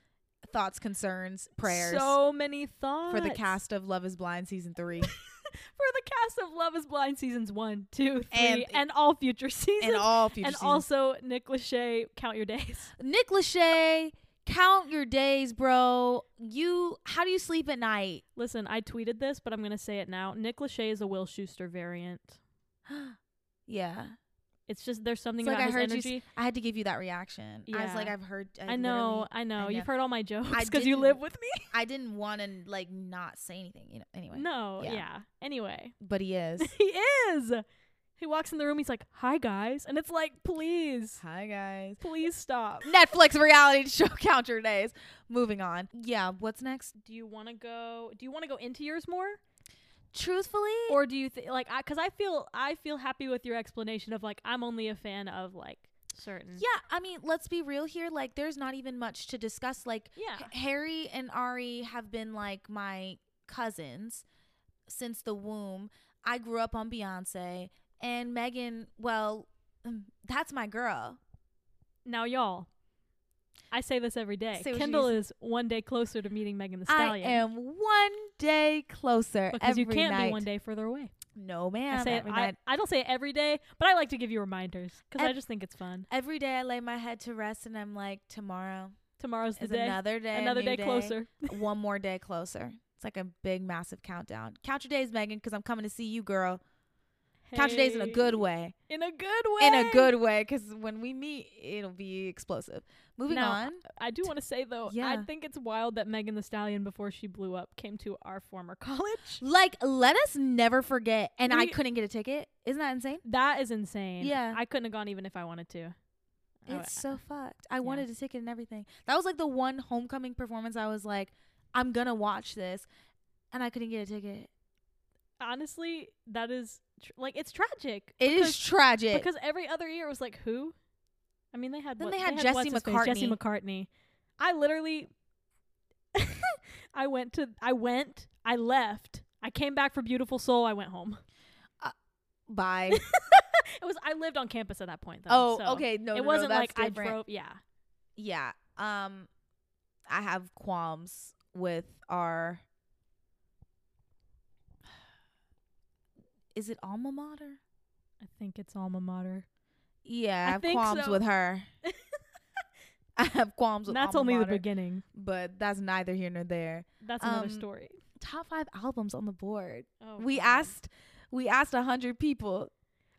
S1: thoughts, concerns, prayers
S2: So many thoughts
S1: for the cast of Love Is Blind season three.
S2: for the cast of Love Is Blind seasons one, two, three,
S1: And-
S2: and, all future seasons.
S1: and all future
S2: And
S1: seasons.
S2: also Nick Lachey, count your days.
S1: Nick Lachey, count your days, bro. You, how do you sleep at night?
S2: Listen, I tweeted this, but I'm gonna say it now. Nick Lachey is a Will Schuster variant.
S1: Yeah,
S2: It's just there's something
S1: It's like
S2: about
S1: I heard
S2: his
S1: you s-
S2: energy.
S1: I had to give you that reaction. I was
S2: Yeah.
S1: like, I've heard. I,
S2: I know,
S1: literally-
S2: I know.
S1: I
S2: You've heard all my jokes
S1: I
S2: because you
S1: didn't-
S2: live with me.
S1: I didn't want to like not say anything. You know. Anyway.
S2: No,
S1: Yeah.
S2: yeah. Anyway,
S1: But he is.
S2: he is. He walks in the room. He's like, "Hi guys," and it's like, "Please,
S1: Hi guys.
S2: please stop."
S1: Netflix reality show count your days. Moving on. Yeah. What's next?
S2: Do you want to go? Do you want to go into yours more,
S1: Truthfully.
S2: or do you think like? I Because I, feel I feel happy with your explanation of like I'm only a fan of like certain.
S1: yeah, I mean, let's be real here. Like, there's not even much to discuss. Like,
S2: Yeah.
S1: H- Harry and Ari have been like my cousins since the womb. I grew up on Beyonce and Megan. Well, mm, that's my girl.
S2: Now y'all, I say this every day.
S1: Say what you
S2: Kendall is one day closer to meeting Megan the
S1: I
S2: Stallion.
S1: am one day closer
S2: because
S1: every
S2: you can't
S1: night.
S2: be one day further away.
S1: No, ma'am.
S2: I say it,
S1: every
S2: I,
S1: night.
S2: I don't say it every day, but I like to give you reminders because I
S1: Ev-
S2: just think it's fun.
S1: Every day I lay my head to rest and I'm like, tomorrow
S2: Tomorrow's the
S1: is
S2: day.
S1: another day, a
S2: Another
S1: new
S2: day, closer.
S1: one more day closer. It's like a big, massive countdown. Count your days, Megan, because I'm coming to see you, girl. Count your days in a good
S2: Hey.
S1: way.
S2: In a good way.
S1: in a good way because when we meet it'll be explosive moving
S2: Now,
S1: on
S2: I do want to say though, I
S1: Yeah.
S2: think it's wild that Megan the Stallion, before she blew up, came to our former college.
S1: like let us never forget and i
S2: We-
S1: couldn't get a ticket isn't that insane
S2: That is insane.
S1: Yeah.
S2: I couldn't have gone even if I wanted to. I-
S1: it's so fucked i wanted a ticket and everything that was like the one homecoming performance i was like i'm gonna watch this and i couldn't get a ticket
S2: honestly, that is tr- like it's tragic.
S1: It is tragic
S2: because every other year it was like who? I mean, they had
S1: Then
S2: what-
S1: they had Jesse
S2: what's his face, Jesse
S1: McCartney.
S2: McCartney. I literally, I went to, I went, I left, I came back for Beautiful Soul. I went home.
S1: bye
S2: It was I lived on campus at that point though.
S1: oh
S2: so
S1: okay no no,
S2: it
S1: no,
S2: wasn't
S1: that's
S2: like
S1: different.
S2: I drove. Yeah,
S1: yeah um i have qualms with our is it alma mater
S2: I think it's alma mater.
S1: Yeah, I,
S2: I
S1: have
S2: think
S1: qualms
S2: so.
S1: with her. I have qualms with
S2: And that's
S1: alma
S2: only
S1: mater,
S2: the beginning.
S1: but that's neither here nor there.
S2: That's another
S1: Um,
S2: story.
S1: Top five albums on the board.
S2: Oh,
S1: we
S2: God.
S1: asked, we asked a hundred people.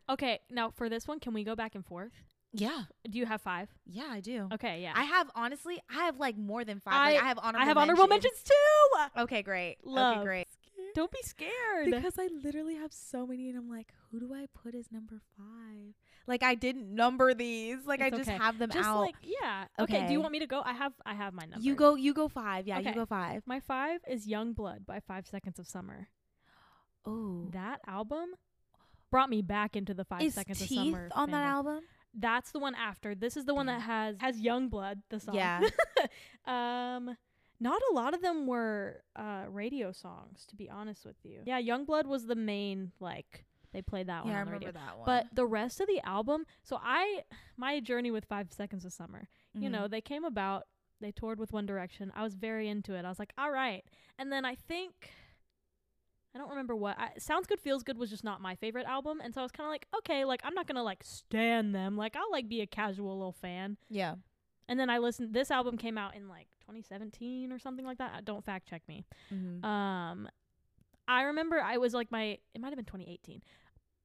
S2: Okay, now for this one, can we go back and forth?
S1: Yeah,
S2: Do you have five?
S1: yeah, I do.
S2: Okay, yeah.
S1: I have honestly, I have like more than five. Like, I,
S2: I-
S1: have honorable.
S2: I have honorable mentions too.
S1: Okay, great. Okay,
S2: Love.
S1: great.
S2: Don't be scared.
S1: Because I literally have so many, and I'm like, who do I put as number five? Like I didn't number these. Like I
S2: It's
S1: just
S2: okay.
S1: have them
S2: Just
S1: out.
S2: like yeah. Okay. Do
S1: Okay.
S2: you want me to go? I have I have my number.
S1: you go, you go five. Yeah,
S2: Okay.
S1: you go five.
S2: My five is Young Blood by Five Seconds of Summer.
S1: Oh,
S2: That album brought me back into the Five
S1: is
S2: Seconds of
S1: Teeth
S2: Summer.
S1: on that
S2: fandom.
S1: album?
S2: That's the one after. This is the one that has has Young Blood, the song.
S1: Yeah.
S2: um not a lot of them were uh radio songs, to be honest with you. Yeah, Young Blood was the main like they played that one
S1: yeah, I
S2: on the
S1: remember
S2: radio.
S1: that one.
S2: But the rest of the album, so I my journey with 5 Seconds of Summer, you
S1: Mhm.
S2: know, they came about, they toured with One Direction. I was very into it. I was like, "All right." And then I think I don't remember what. I, Sounds Good Feels Good was just not my favorite album, and so I was kind of like, "Okay, like I'm not going to like stand them. Like I'll like be a casual little fan."
S1: yeah,
S2: And then I listened this album came out in like 2017 or something like that. Uh, Don't fact check me.
S1: Mhm.
S2: Um, I remember I was like my it might have been 2018.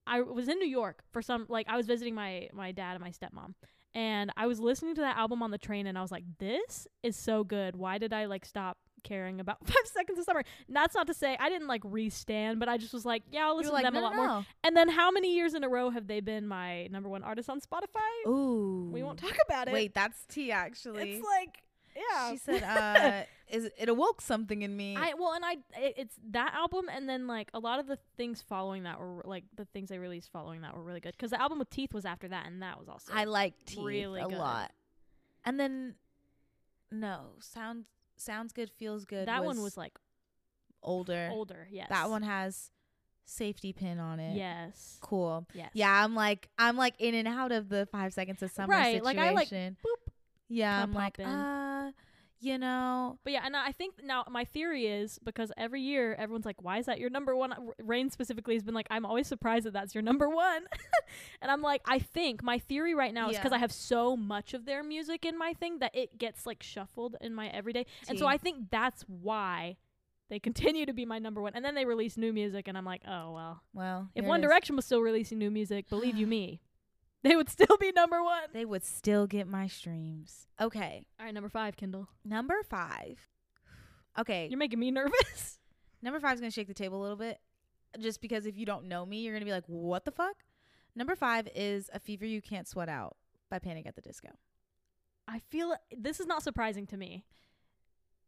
S2: I was in New York for some like I was visiting my my dad and my stepmom, and I was listening to that album on the train, and I was like, "This is so good. Why did I like stop caring about Five Seconds of Summer?" And that's not to say I didn't like restand, but I just was like, "Yeah, I'll
S1: You
S2: listen
S1: were like,
S2: to them
S1: no,
S2: a lot
S1: no,
S2: more." And then how many years in a row have they been my number one artist on Spotify?
S1: no. Ooh,
S2: We won't talk about it.
S1: Wait, that's T actually.
S2: it's like yeah.
S1: She said, uh, is it awoke something in me?
S2: I well, and I it, it's that album, and then like a lot of the things following that were like the things they released following that were really good because the album with Teeth was after that, and that was also
S1: I like teeth
S2: really
S1: a
S2: good.
S1: lot. And then no, sounds sounds good, feels good.
S2: that one was like
S1: older.
S2: older. Yes,
S1: That one has safety pin on it.
S2: Yes,
S1: Cool.
S2: yes.
S1: Yeah, I'm like I'm like in and out of the five seconds of summer
S2: Right,
S1: situation.
S2: like, I, like, boop.
S1: yeah,
S2: kinda
S1: I'm like,
S2: pop in.
S1: uh, you know,
S2: But yeah, and I think now my theory is because every year everyone's like, "Why is that your number one?" R- Rain specifically has been like, "I'm always surprised that that's your number one," and I'm like, I think my theory right now is because
S1: Yeah.
S2: I have so much of their music in my thing that it gets like shuffled in my everyday, and so
S1: Tea.
S2: I think that's why they continue to be my number one. And then they release new music, and I'm like, oh well,
S1: well,
S2: if
S1: here it
S2: One
S1: is.
S2: Direction was still releasing new music, believe you me, they would still be number one.
S1: they would still get my streams. Okay,
S2: All right, number five, Kindle,
S1: number five. Okay,
S2: you're making me nervous.
S1: Number five's gonna shake the table a little bit, just because if you don't know me, you're gonna be like, "What the fuck?" Number five is "A Fever You Can't Sweat Out" by Panic at the Disco.
S2: I feel this is not surprising to me.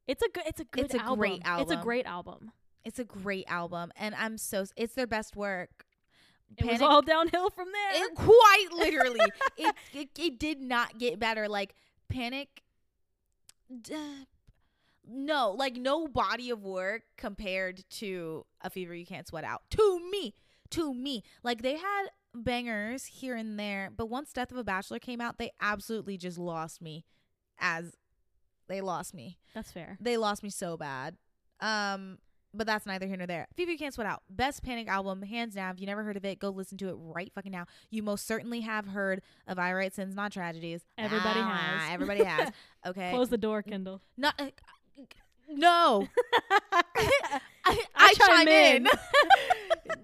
S2: It's a good. It's a good.
S1: It's a
S2: album.
S1: great
S2: It's a
S1: album.
S2: great album.
S1: It's a great album, and I'm so s- it's their best work.
S2: It was all downhill from there.
S1: it- quite literally. it, it it did not get better. Like Panic, d- no, like no body of work compared to A Fever You Can't Sweat Out. To me, to me, like they had bangers here and there, but once Death of a Bachelor came out, they absolutely just lost me. As they lost me,
S2: That's fair.
S1: they lost me so bad. Um. But that's neither here nor there. Phoebe Can't Sweat Out. Best Panic album, hands down. If you never heard of it, go listen to it right fucking now. You most certainly have heard of I Write Sins, Not Tragedies.
S2: Everybody
S1: Ah,
S2: has.
S1: Everybody has. Okay.
S2: Close the door, Kindle.
S1: Not, uh, no.
S2: I,
S1: I, I
S2: chime
S1: chime in.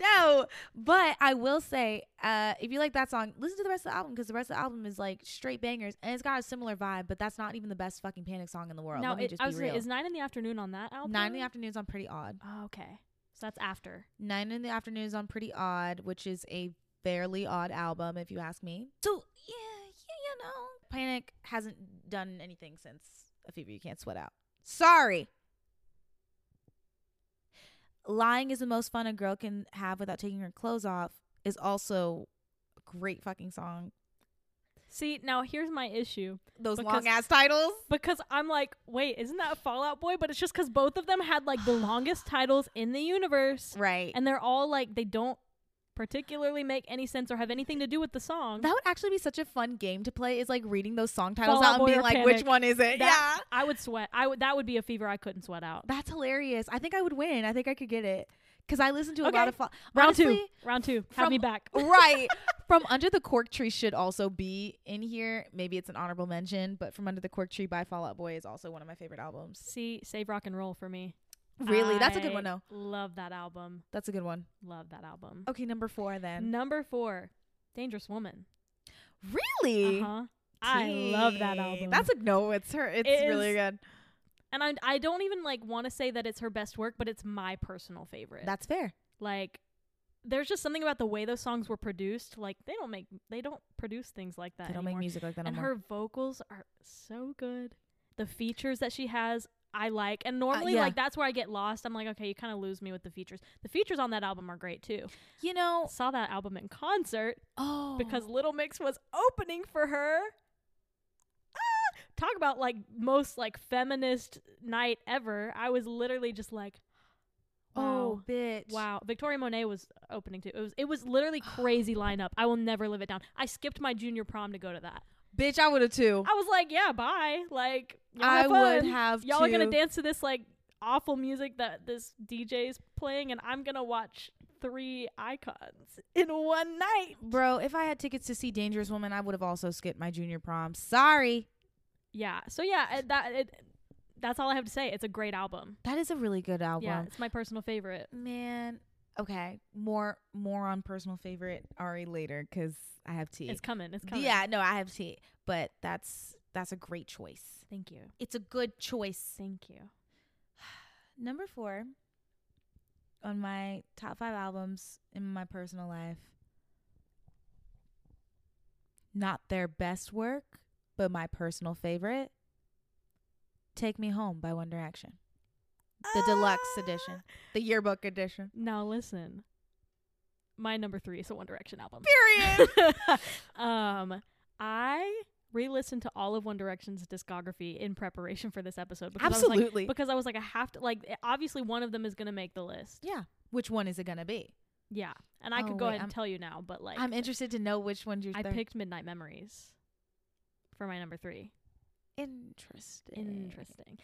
S1: no. But I will say, uh, if you like that song, listen to the rest of the album because the rest of the album is like straight bangers and it's got a similar vibe, but that's not even the best fucking Panic song in the world.
S2: now,
S1: Let me
S2: it-
S1: just
S2: I
S1: be
S2: was gonna
S1: real.
S2: say, is nine in the afternoon on that album?
S1: Nine in the afternoons on Pretty Odd.
S2: Oh, okay, so that's after.
S1: Nine in the Afternoon is on Pretty Odd, which is a fairly odd album, if you ask me. So, yeah, yeah, you know. Panic hasn't done anything since A Fever You Can't Sweat Out. Sorry. Lying is the most fun a girl can have without taking her clothes off is also a great fucking song.
S2: See, now here's my issue
S1: Those
S2: Because-
S1: long ass titles.
S2: because I'm like, wait, isn't that Fallout Boy? But it's just because both of them had like the longest titles in the universe,
S1: Right.
S2: and they're all like they don't particularly make any sense or have anything to do with the song.
S1: that would actually be such a fun game to play is like reading those song titles
S2: Fall
S1: out
S2: Out
S1: and
S2: Boy
S1: being
S2: or
S1: like, which
S2: Panic.
S1: one is it?
S2: That-
S1: yeah.
S2: I would sweat. I would. That would be a fever I couldn't sweat out.
S1: That's hilarious. I think I would win. I think I could get it because I listen to a lot
S2: Okay.
S1: of fa-
S2: Round two.
S1: Honestly,
S2: Round two. Have
S1: from- Oh.
S2: me back.
S1: right. From Under the Cork Tree should also be in here. Maybe it's an honorable mention, but From Under the Cork Tree by Fallout Boy is also one of my favorite albums.
S2: See, save rock and roll for me.
S1: Really, that's a good
S2: I
S1: one. though. Oh,
S2: Love that album.
S1: that's a good one.
S2: Love that album.
S1: Okay, number four then.
S2: Number four, Dangerous Woman.
S1: Really,
S2: Uh huh. I love that
S1: Teen.
S2: album.
S1: That's a no. It's her. It's
S2: It
S1: really
S2: is-
S1: good.
S2: and I I don't even like want to say that it's her best work, but it's my personal favorite.
S1: That's fair.
S2: like there's just something about the way those songs were produced. Like they don't make they don't produce things like that
S1: They don't
S2: anymore.
S1: make music like that
S2: and
S1: anymore.
S2: her vocals are so good. The features that she has, I like. And normally,
S1: Uh, yeah.
S2: like that's where I get lost. I'm like, okay, you kind of lose me with the features. The features on that album are great too.
S1: you know,
S2: Saw that album in concert
S1: oh,
S2: because Little Mix was opening for her. Ah! Talk about like most like feminist night ever. I was literally just like,
S1: oh,
S2: oh
S1: bitch,
S2: wow. Victoria Monet was opening too. It was it was literally crazy lineup. I will never live it down. I skipped my junior prom to go to that.
S1: bitch, I would have too.
S2: I was like, yeah, bye. Like y'all
S1: I
S2: have
S1: would
S2: fun.
S1: have.
S2: Y'all are gonna
S1: too.
S2: dance to this like awful music that this DJ is playing, and I'm gonna watch three icons in one night.
S1: Bro, if I had tickets to see Dangerous Woman, I would have also skipped my junior prom. Sorry.
S2: Yeah. So yeah, uh, that it, that's all I have to say. It's a great album.
S1: That is a really good album.
S2: Yeah, it's my personal favorite.
S1: Man. Okay. More more on personal favorite Ari later cuz I have tea.
S2: It's coming. It's coming.
S1: yeah, no, I have tea. But that's that's a great choice.
S2: Thank you.
S1: It's a good choice.
S2: Thank you.
S1: Number 4 on my top 5 albums in my personal life. Not their best work, but my personal favorite. Take Me Home by One Direction. The deluxe edition. The yearbook edition.
S2: Ah. Now listen. My number three is a One Direction album.
S1: Period.
S2: um, I re-listened to all of One Direction's discography in preparation for this episode because I was like,
S1: Absolutely.
S2: because I was like, I have to like. eh, Obviously, one of them is gonna make the list.
S1: yeah. Which one is it gonna be?
S2: Yeah, and I
S1: Oh,
S2: could go
S1: wait,
S2: ahead
S1: I'm-
S2: and tell you now, but like,
S1: I'm interested to know which one's your
S2: I
S1: third.
S2: picked Midnight Memories for my number three.
S1: interesting.
S2: Interesting.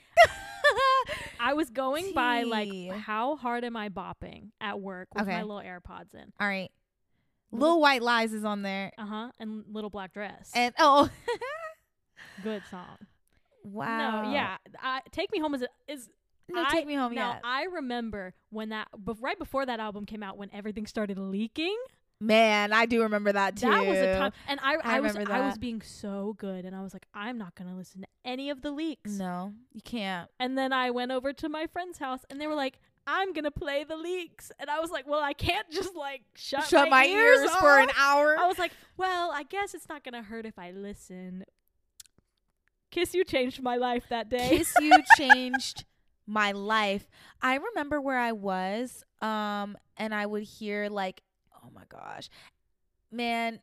S2: I was going by like,
S1: Tea.
S2: how hard am I bopping at work with
S1: Okay.
S2: my little AirPods in?
S1: All right.
S2: Little-
S1: Little White Lies is on there.
S2: Uh huh. And Little Black Dress.
S1: And oh
S2: Good song.
S1: wow.
S2: No, yeah. I, Take Me Home is a, is
S1: No,
S2: I-
S1: take me home,
S2: now
S1: yeah.
S2: I remember when that bef- right before that album came out when everything started leaking.
S1: Man, I do remember that too.
S2: That was a time, and I
S1: I
S2: I, was
S1: remember
S2: I was
S1: that.
S2: being so good, and I was like, I'm not gonna listen to any of the leaks.
S1: No, you can't.
S2: And then I went over to my friend's house, and they were like. I'm gonna play the leaks, and I was like, "Well, I can't just like shut,
S1: Shut my, ears, for an
S2: off.
S1: hour.
S2: I was like, "Well, I guess it's not gonna hurt if I listen." Kiss you changed my life that day.
S1: Kiss You changed my life. I remember where I was, um, and I would hear like, oh my gosh, man,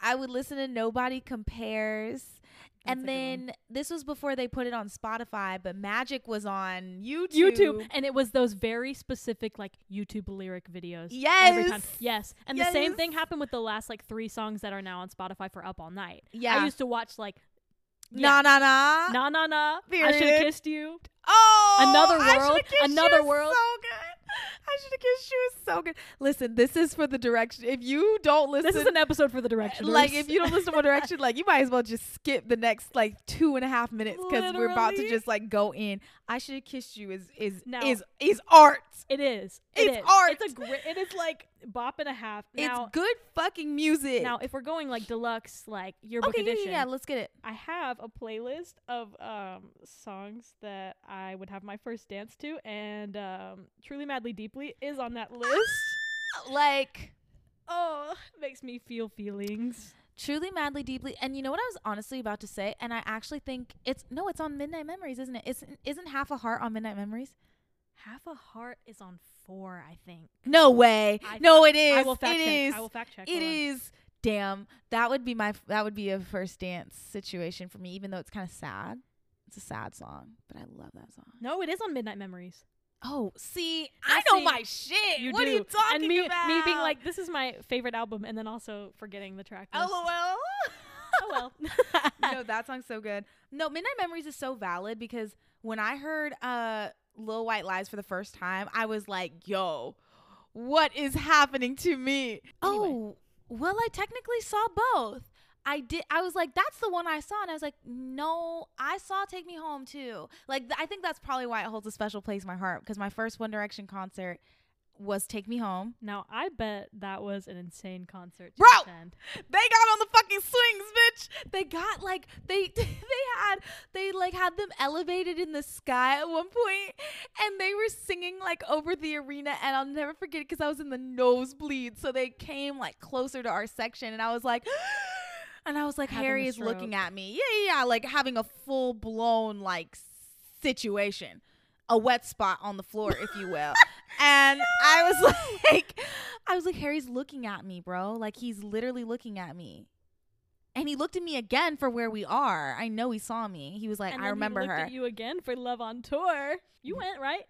S1: I would listen to Nobody Compares.
S2: That's a
S1: and
S2: good one.
S1: then this was before they put it on Spotify, but Magic was on YouTube.
S2: YouTube, and it was those very specific like YouTube lyric videos. Every time.
S1: Yes.
S2: Yes. And the same thing
S1: Yes.
S2: happened with the last like three songs that are now on Spotify for Up All Night.
S1: Yeah.
S2: I used to watch like
S1: Nah,
S2: yeah,
S1: nah, nah.
S2: Na Na Na. I should
S1: Period.
S2: have kissed you.
S1: Oh,
S2: Another
S1: I shoulda
S2: World,
S1: kissed
S2: Another
S1: you is
S2: World.
S1: So good. I should have kissed you is so good. Listen, this is for the direction. If you don't listen,
S2: This is an episode for the direction.
S1: like if you don't listen to One Direction, like you might as well just skip the next like two and a half minutes because we're about to
S2: Literally.
S1: just like go in. I should have kissed you is is
S2: No.
S1: is is art.
S2: it is. It
S1: It's
S2: is.
S1: art.
S2: It's a great it is like bop and a half.
S1: it's
S2: Now
S1: good fucking music.
S2: now if we're going like deluxe like yearbook
S1: okay, yeah, yeah,
S2: edition.
S1: yeah, let's get it.
S2: I have a playlist of um, songs that I would have my first dance to, and um, Truly Madly Deeply is on that list.
S1: Like
S2: oh, makes me feel feelings.
S1: truly, madly, deeply, and you know what I was honestly about to say, and I actually think it's no, it's on Midnight Memories, isn't it? Isn't isn't half a heart on Midnight Memories?
S2: Half a Heart is on four, I think.
S1: No way.
S2: I-
S1: no, it is.
S2: I will fact
S1: It
S2: check.
S1: is.
S2: I will fact check.
S1: It
S2: Hold on.
S1: is. Damn, that would be my f- that would be a first dance situation for me. Even though it's kind of sad, it's a sad song, but I love that song.
S2: No, it is on Midnight Memories.
S1: Oh, see,
S2: I
S1: I know
S2: see.
S1: my shit.
S2: You
S1: what
S2: do.
S1: are you talking
S2: and me,
S1: about?
S2: me being like, this is my favorite album, and then also forgetting the track list.
S1: lol.
S2: oh well.
S1: no, that song's so good. No, Midnight Memories is so valid because when I heard uh Lil White Lies for the first time, I was like, yo, what is happening to me? Oh, well, I technically saw both. I did. I was like, "That's the one I saw," and I was like, "No, I saw Take Me Home too." Like, th- I think that's probably why it holds a special place in my heart because my first One Direction concert was Take Me Home.
S2: Now I bet that was an insane concert to
S1: Bro!
S2: attend.
S1: They got on the fucking swings, bitch. they got like they they had they like had them elevated in the sky at one point, and they were singing like over the arena, and I'll never forget it because I was in the nosebleed, so they came like closer to our section, and I was like. And I was like,
S2: Having a
S1: Harry is looking at me. Yeah, yeah, yeah. Like having a full blown like situation, a wet spot on the floor, if you will. and I was like, I was like, Harry's looking at me, bro. Like he's literally looking at me. And he looked at me again for where we are. I know he saw me. He was like,
S2: And
S1: I
S2: then he
S1: remember
S2: looked
S1: her.
S2: At you again for Love on Tour. You went right.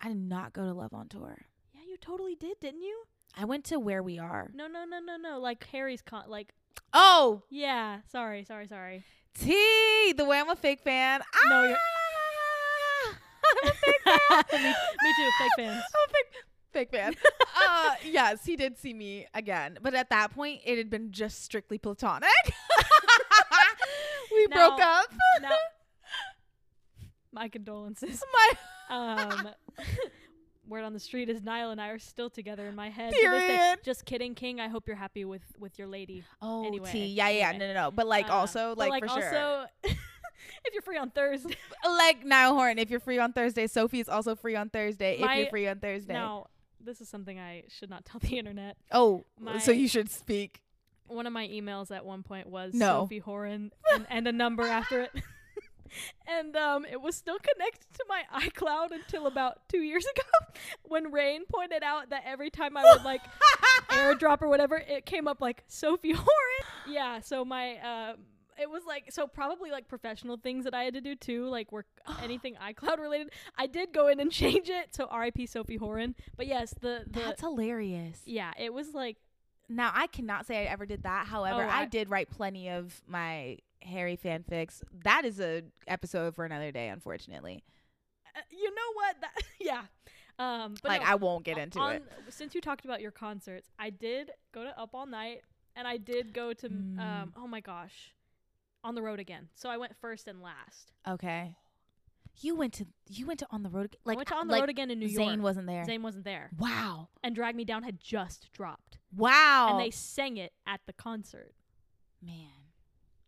S1: I did not go to Love on Tour.
S2: Yeah, you totally did, didn't you?
S1: I went to where we are.
S2: No, no, no, no, no. Like Harry's con. Like
S1: Oh,
S2: yeah. Sorry, sorry, sorry.
S1: T, the way I'm a fake fan.
S2: No, you're-
S1: Ah! I'm a fake fan.
S2: Me- me too, fake
S1: I'm
S2: fans.
S1: a fake, Oh, fake fan. uh, yes, he did see me again, but at that point, it had been just strictly platonic. we broke
S2: Now-
S1: up.
S2: now- My condolences.
S1: My
S2: Um, word on the street is Niall and I are still together in my head. to this day.
S1: period.
S2: Just kidding, King. I hope you're happy with with your lady.
S1: Oh,
S2: Anyway,
S1: T. Yeah, yeah, yeah.
S2: anyway.
S1: No, no, no. But like,
S2: Uh,
S1: also,
S2: but,
S1: like, for sure.
S2: also, if you're free on Thursday.
S1: Like Niall Horn, if you're free on Thursday, Sophie's also free on Thursday. if
S2: My-
S1: you're free on Thursday.
S2: Now, this is something I should not tell the internet.
S1: Oh, so
S2: My-
S1: you should speak.
S2: One of my emails at one point was
S1: No.
S2: Sophie Horan and, and a number after it. and um, it was still connected to my iCloud until about two years ago when Rain pointed out that every time I would like airdrop or whatever, it came up like Sophie Horan. Yeah, so my um it was like so probably like professional things that I had to do too, like work anything iCloud related. I did go in and change it. So R.I.P. Sophie Horan. But yes, the the
S1: That's hilarious.
S2: yeah, it was like
S1: Now I cannot say I ever did that. However,
S2: Oh,
S1: I,
S2: I-
S1: did write plenty of my Harry fanfics. That is a episode for another day, unfortunately.
S2: uh, you know what? That, yeah. Um, but
S1: like
S2: no,
S1: I won't get into
S2: on,
S1: it.
S2: Since you talked about your concerts, I did go to Up All Night, and I did go to
S1: Mm.
S2: um, oh my gosh, on the road again. So I went first and last.
S1: Okay. You went to you went to on the road Ag-
S2: Like,
S1: like uh,
S2: I went to on the
S1: like
S2: road again in New
S1: Zayn
S2: York.
S1: wasn't there.
S2: Zane wasn't there,
S1: Wow.
S2: and Drag Me Down had just dropped,
S1: Wow.
S2: and they sang it at the concert.
S1: man.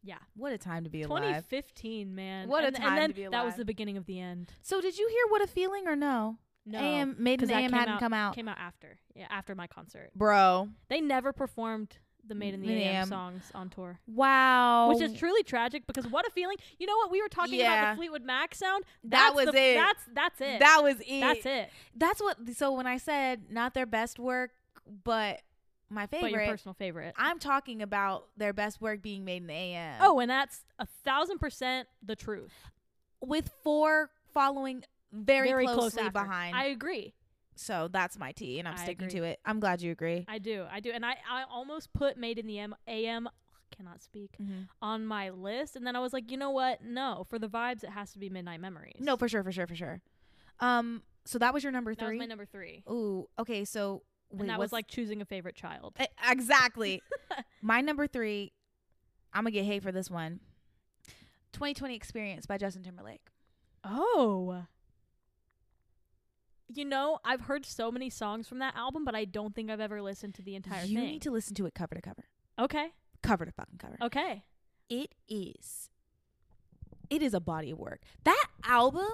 S2: Yeah.
S1: What a time to be alive.
S2: 2015, man.
S1: What a
S2: and,
S1: time
S2: and then
S1: to be
S2: That was
S1: alive.
S2: the beginning of the end.
S1: So did you hear what a feeling or no?
S2: No,
S1: AM Maiden
S2: 'cause that
S1: AM
S2: came
S1: hadn't come out.
S2: came out after. Yeah, after my concert,
S1: Bro.
S2: they never performed the Maiden the
S1: The Oh,
S2: AM,
S1: AM.
S2: songs on tour.
S1: Wow.
S2: which is truly tragic because what a feeling. You know what we were talking about
S1: Yeah.
S2: the Fleetwood Mac sound.
S1: That
S2: That's
S1: was
S2: the-
S1: it.
S2: That's that's it.
S1: That was e it.
S2: that's it.
S1: That's what so when I said not their best work, but my
S2: But your
S1: favorite
S2: personal favorite.
S1: I'm talking about their best work being made in the AM.
S2: oh, and that's a thousand percent the truth.
S1: with four following very, closely
S2: after.
S1: behind.
S2: I agree.
S1: so that's my tea, and I'm
S2: I
S1: sticking
S2: agree.
S1: to it. I'm glad you agree.
S2: I do. I do. And I I almost put Made in the M- AM. Cannot speak
S1: Mm-hmm.
S2: on my list, and then I was like, you know what? No, for the vibes, it has to be Midnight Memories.
S1: No, for sure, for sure, for sure. Um, so that was your number
S2: that was
S1: three.
S2: my number three,
S1: Ooh, okay. So wait,
S2: and that
S1: what's-
S2: was like choosing a favorite child.
S1: E- exactly my number three. I'm gonna get hate for this one. 2020 Experience by Justin Timberlake.
S2: Oh. You know, I've heard so many songs from that album, but I don't think I've ever listened to the entire
S1: you
S2: thing.
S1: need to listen to it cover to cover,
S2: okay.
S1: cover to fucking cover. Oh,
S2: Okay.
S1: it is it is a body of work that album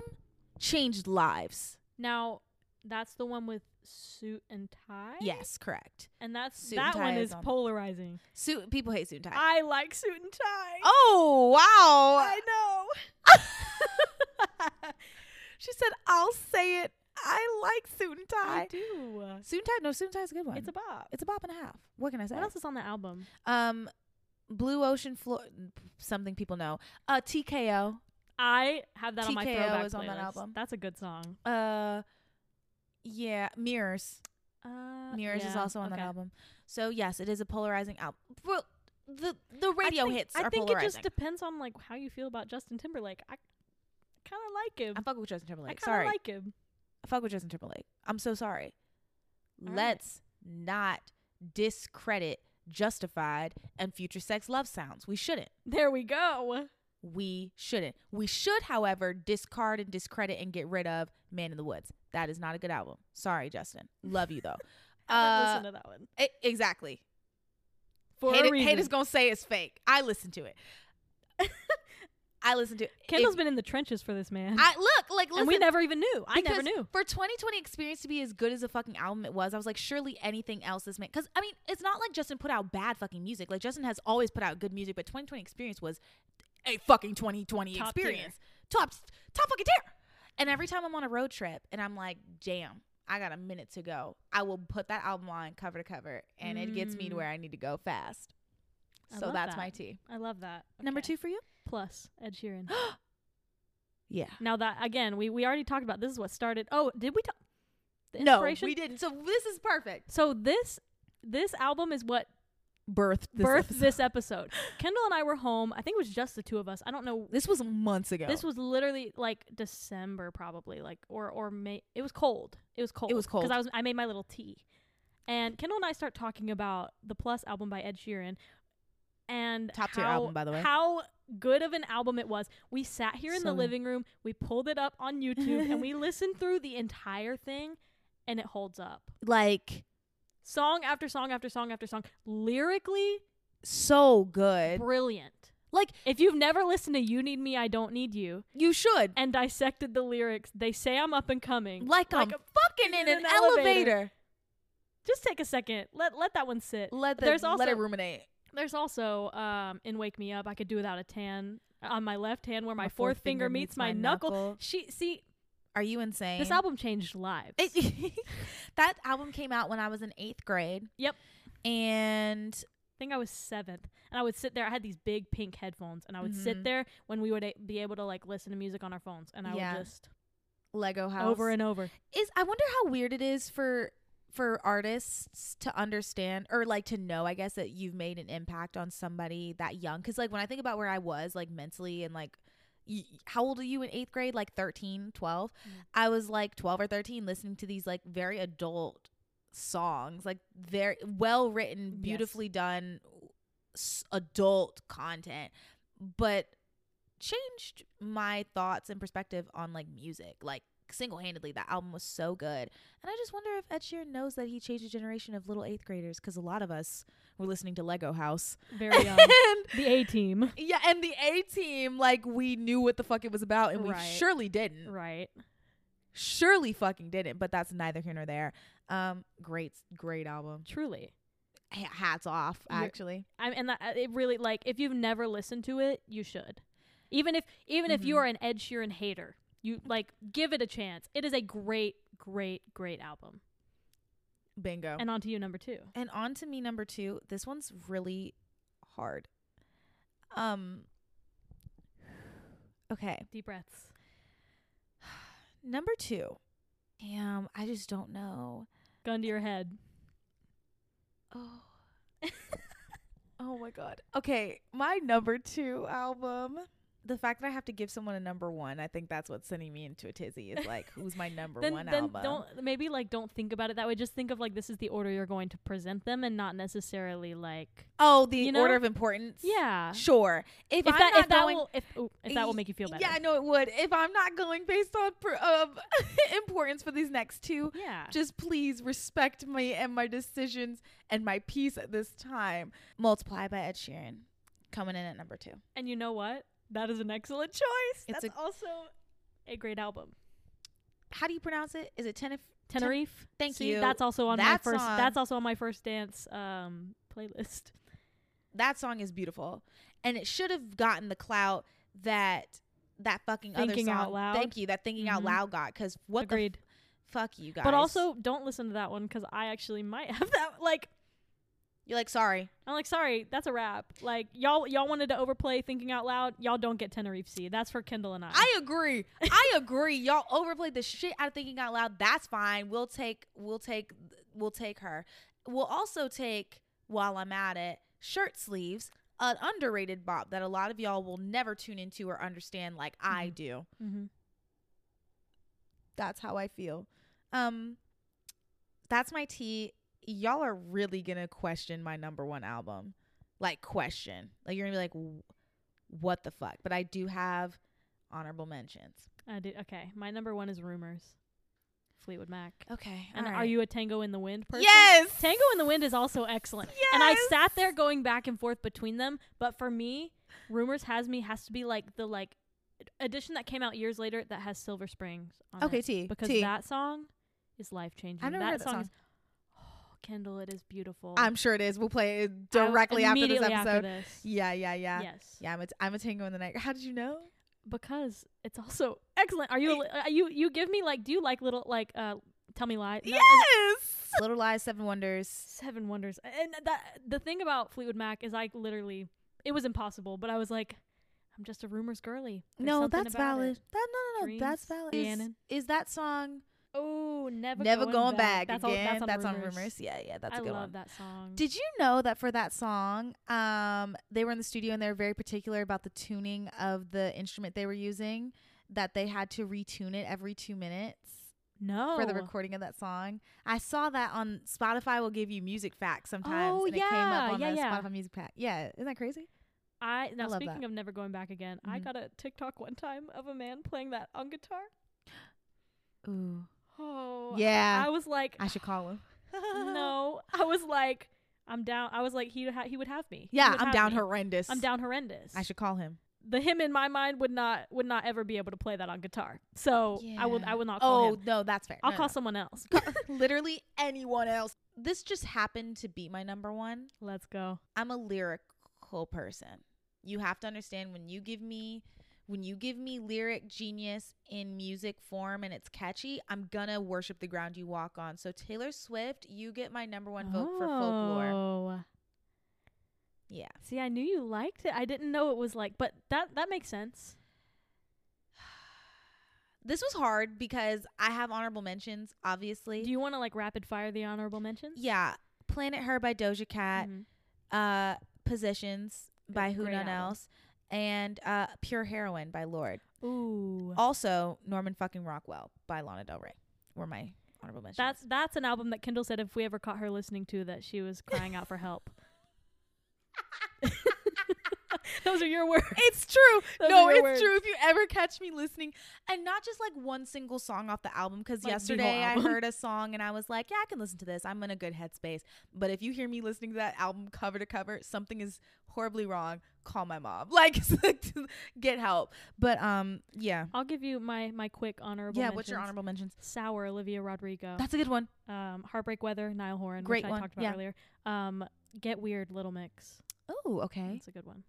S1: changed lives
S2: Now, that's the one with suit and tie?
S1: yes correct
S2: And that's
S1: Suit and
S2: that
S1: Tie
S2: one
S1: is
S2: is
S1: on-
S2: polarizing.
S1: suit people hate suit and tie
S2: I like suit and tie.
S1: oh wow
S2: I know.
S1: she said i'll say it i like suit and
S2: I
S1: tie
S2: do.
S1: suit and tie no suit and tie is a good one
S2: It's a bop.
S1: it's a bop and a half what can i say
S2: What else is on the album?
S1: um blue ocean floor something people know uh tko
S2: I have that on my
S1: TKO
S2: throwback
S1: is on that
S2: playlist.
S1: album.
S2: That's a good song.
S1: uh yeah mirrors
S2: Uh,
S1: Mirrors is
S2: yeah,
S1: also on that
S2: okay.
S1: album. So yes, it is a polarizing album. Well, the the radio
S2: I think,
S1: hits
S2: I
S1: are
S2: think it
S1: polarizing.
S2: just depends on like how you feel about Justin Timberlake. I kind of like him.
S1: I fuck with Justin
S2: I
S1: Timberlake.
S2: kind
S1: Sorry,
S2: of like him.
S1: I fuck with Justin Timberlake. I'm so sorry.
S2: All right.
S1: Let's not discredit Justified and Future Sex Love Sounds. We shouldn't.
S2: There we go.
S1: We shouldn't. We should, however, discard and discredit and get rid of Man in the Woods. That is not a good album. Sorry, Justin. Love you though.
S2: I
S1: uh,
S2: listen to that one
S1: e- exactly.
S2: for
S1: hate,
S2: a reason.
S1: hate is gonna say it's fake. I listen to it. I listened to it.
S2: Kendall's been in the trenches for this man.
S1: I look like listen.
S2: and we never even knew. I never
S1: because
S2: knew.
S1: For 2020 Experience to be as good as a fucking album it was, I was like, surely anything else this man. Because, I mean, it's not like Justin put out bad fucking music. Like, Justin has always put out good music, but 2020 Experience was a fucking 2020
S2: Top tier.
S1: experience. Top, top fucking tier. And every time I'm on a road trip and I'm like, damn, I got a minute to go, I will put that album on cover to cover and it gets me to
S2: Mm.
S1: where I need to go fast.
S2: I
S1: so
S2: love
S1: that's
S2: that.
S1: my tea.
S2: I love that.
S1: Number
S2: Okay.
S1: two for you?
S2: plus Ed Sheeran.
S1: Yeah.
S2: now that again, we we already talked about this is what started. Oh, did we talk? The
S1: No,
S2: inspiration?
S1: we didn't. So this is perfect.
S2: So this this album is what
S1: Birth.
S2: birthed this episode. Kendall and I were home. I think it was just the two of us. I don't know.
S1: This was months ago.
S2: This was literally like December, probably like or or May. It was cold. It was cold.
S1: was cold.
S2: because I was I made my little tea, and Kendall and I start talking about the Plus album by Ed Sheeran, and
S1: Top tier
S2: how-
S1: album, by the way.
S2: How good of an album it was. We sat here in
S1: So
S2: the
S1: good.
S2: living room. We pulled it up on YouTube and we listened through the entire thing, and it holds up.
S1: like
S2: Song after song after song after song, lyrically
S1: so good.
S2: brilliant.
S1: Like
S2: If you've never listened to "You Need Me, I Don't Need You,"
S1: you should.
S2: and dissected the lyrics. They say I'm up and coming.
S1: Like, I'm
S2: a-
S1: fucking in an, elevator.
S2: just take a second. Let let that one sit.
S1: Let the,
S2: There's also-
S1: let it ruminate.
S2: There's also um in Wake Me Up, I could do without a tan on my left hand where my, fourth, finger, meets my, knuckle. She see
S1: Are you insane?
S2: this album changed lives.
S1: It- that album came out when I was in eighth grade.
S2: Yep.
S1: And
S2: I think I was seventh, and I would sit there. I had these big pink headphones, and I would
S1: Mhm.
S2: sit there when we would a- be able to like listen to music on our phones, and I
S1: Yeah.
S2: would just
S1: Lego House
S2: over and over.
S1: is I wonder how weird it is for for artists to understand or like to know I guess that you've made an impact on somebody that young cuz like when I think about where I was like mentally and like y- how old are you in 8th grade like 13 12
S2: Mm.
S1: I was like 12 or 13 listening to these like very adult songs like very well written
S2: Yes.
S1: beautifully done s- adult content but changed my thoughts and perspective on like music like single-handedly that album was so good and i just wonder if ed sheeran knows that he changed a generation of little eighth graders because a lot of us were listening to lego house
S2: Very young.
S1: and
S2: the A Team,
S1: yeah and the a team like we knew what the fuck it was about and we
S2: Right.
S1: surely didn't
S2: right?
S1: surely fucking didn't but that's neither here nor there um great great album
S2: Truly.
S1: H- hats off
S2: You're-
S1: actually
S2: I and that, it really like if you've never listened to it, you should. Even if even if you
S1: Mhm.
S2: are an Ed Sheeran hater, you like give it a chance. It is a great, great, great album.
S1: bingo
S2: And on to you, number two.
S1: And on to me number two. This one's really hard. Um Okay.
S2: Deep breaths.
S1: Number two. Damn, I just don't know.
S2: Gun to your head.
S1: Oh. oh my god. Okay, my number two album. The fact that I have to give someone a number one, I think that's what's sending me into a tizzy. Is like, who's my number
S2: then
S1: one
S2: then
S1: album?
S2: don't maybe like don't think about it that way. Just think of like this is the order you're going to present them, and not necessarily like
S1: oh, the
S2: you know?
S1: order of importance.
S2: yeah.
S1: sure. If,
S2: if
S1: I'm
S2: that
S1: not
S2: if that
S1: going,
S2: will if ooh, if that will
S1: Y-
S2: make you feel better.
S1: Yeah, I know it would. If I'm not going based on per, um, importance for these next two,
S2: yeah.
S1: just please respect me and my decisions and my peace at this time. Multiply by Ed Sheeran, coming in at number two.
S2: And you know what? That is an excellent choice.
S1: It's
S2: That's also a great album.
S1: How do you pronounce it? Is it Tenif? Ten-
S2: Tenerife.
S1: Thank
S2: See,
S1: you.
S2: That's also on
S1: That
S2: my first.
S1: song-
S2: That's also on my first dance um playlist.
S1: That song is beautiful, and it should have gotten the clout that that fucking
S2: Thinking
S1: other song.
S2: Out Loud?
S1: Thank you. That thinking out
S2: Mhm.
S1: loud got because what
S2: Agreed.
S1: the f- fuck you guys.
S2: but also, don't listen to that one because I actually might have that. Like,
S1: you're like sorry.
S2: I'm like, sorry, that's a wrap. Like, y'all, y'all wanted to overplay thinking out loud. Y'all don't get Tenerife C. That's for Kendall and I.
S1: I agree. I agree. Y'all overplayed the shit out of thinking out loud. That's fine. We'll take we'll take we'll take her. We'll also take while I'm at it, shirt sleeves, an underrated bop that a lot of y'all will never tune into or understand like I do.
S2: mm-hmm.
S1: That's how I feel. Um that's my tea. Y'all are really going to question my number 1 album. Like question. Like you're going to be like "Wh- what the fuck? But I do have honorable mentions.
S2: I did. Okay, my number one is Rumors. Fleetwood Mac.
S1: Okay.
S2: And
S1: all
S2: are
S1: right.
S2: you a Tango in the Wind person?
S1: Yes.
S2: Tango in the Wind is also excellent. And I
S1: Yes.
S2: sat there going back and forth between them, but for me, Rumors Has Me has to be like the like edition that came out years later that has Silver Springs on
S1: Okay,
S2: it
S1: T.
S2: because
S1: T.
S2: that song is life changing.
S1: never heard that song.
S2: is Oh, Kendall, it is beautiful.
S1: I'm sure it is. We'll play it
S2: I w-
S1: directly after this
S2: immediately
S1: episode.
S2: this.
S1: Yeah, yeah, yeah.
S2: Yes.
S1: Yeah, I'm a, I'm a tango in the night. How did you know?
S2: Because it's also excellent. Are you a li- uh, you you give me like do you like little like uh tell me lies?
S1: yes. Little Lies, Seven Wonders.
S2: Seven Wonders. And that the thing about Fleetwood Mac is I literally it was impossible, but I was like, I'm just a rumors girly. There's
S1: no,
S2: something
S1: that's
S2: about
S1: valid.
S2: it.
S1: That no, no, no, that's
S2: Dreams,
S1: valid. Is,
S2: Rhiannon.
S1: is that song
S2: Oh, never
S1: Never
S2: going,
S1: Going Back,
S2: That's all-
S1: again?
S2: that's on rumors.
S1: Yeah, yeah, that's a
S2: I
S1: good
S2: love
S1: one.
S2: that song.
S1: Did you know that for that song, um, they were in the studio and they were very particular about the tuning of the instrument they were using. That they had to retune it every two minutes.
S2: no
S1: for the recording of that song. I saw that on Spotify will give you music facts sometimes.
S2: Oh,
S1: and it came
S2: yeah,
S1: up on
S2: yeah,
S1: the
S2: yeah.
S1: Spotify music pack. Yeah, isn't that crazy?
S2: I now
S1: I love
S2: speaking
S1: that.
S2: of never going back again, I
S1: Mhm.
S2: got a TikTok one time of a man playing that on guitar.
S1: Ooh.
S2: Oh
S1: Yeah.
S2: I was like,
S1: I should call him.
S2: no, I was like, I'm down. I was like, he ha- he would have me. He
S1: Yeah,
S2: would
S1: I'm
S2: have
S1: down
S2: me.
S1: horrendous.
S2: I'm down horrendous.
S1: I should call him.
S2: the him in my mind would not would not ever be able to play that on guitar. So I will
S1: Yeah.
S2: I will not call
S1: Oh,
S2: him.
S1: no, that's fair.
S2: I'll
S1: No,
S2: call
S1: no.
S2: someone else.
S1: literally anyone else. This just happened to be my number one.
S2: Let's go.
S1: I'm a lyrical person. You have to understand when you give me when you give me lyric genius in music form and it's catchy, I'm gonna worship the ground you walk on. So Taylor Swift, you get my number one vote for folklore.
S2: Oh.
S1: Yeah.
S2: See, I knew you liked it. I didn't know it was like, but that that makes sense.
S1: This was hard because I have honorable mentions, obviously.
S2: Do you want to like rapid fire the honorable mentions?
S1: yeah. Planet Her by Doja Cat,
S2: Mhm.
S1: uh Positions by Who
S2: great
S1: None
S2: album.
S1: Else, and uh Pure Heroine by Lord.
S2: Ooh.
S1: Also Norman fucking Rockwell by Lana Del Rey were my honorable mentions.
S2: That's that's an album that Kendall said if we ever caught her listening to that she was crying out for help. Those are your words.
S1: It's true.
S2: Those
S1: no,
S2: are your
S1: it's
S2: words.
S1: true. If you ever catch me listening, and not just like one single song off the album, because
S2: Like, the whole
S1: yesterday I
S2: album.
S1: heard a song and I was like, yeah, I can listen to this. I'm in a good headspace. But if you hear me listening to that album cover to cover, something is horribly wrong. Call my mom. Like, get help. But um, yeah,
S2: I'll give you my my quick honorable.
S1: yeah. What's your
S2: mentions.
S1: honorable mentions?
S2: Sour Olivia Rodrigo.
S1: That's a good one.
S2: um, Heartbreak Weather, Niall Horan,
S1: Great
S2: which I
S1: one,
S2: talked about
S1: yeah.
S2: earlier. Um, Get Weird, Little Mix.
S1: Oh, okay.
S2: That's a good one.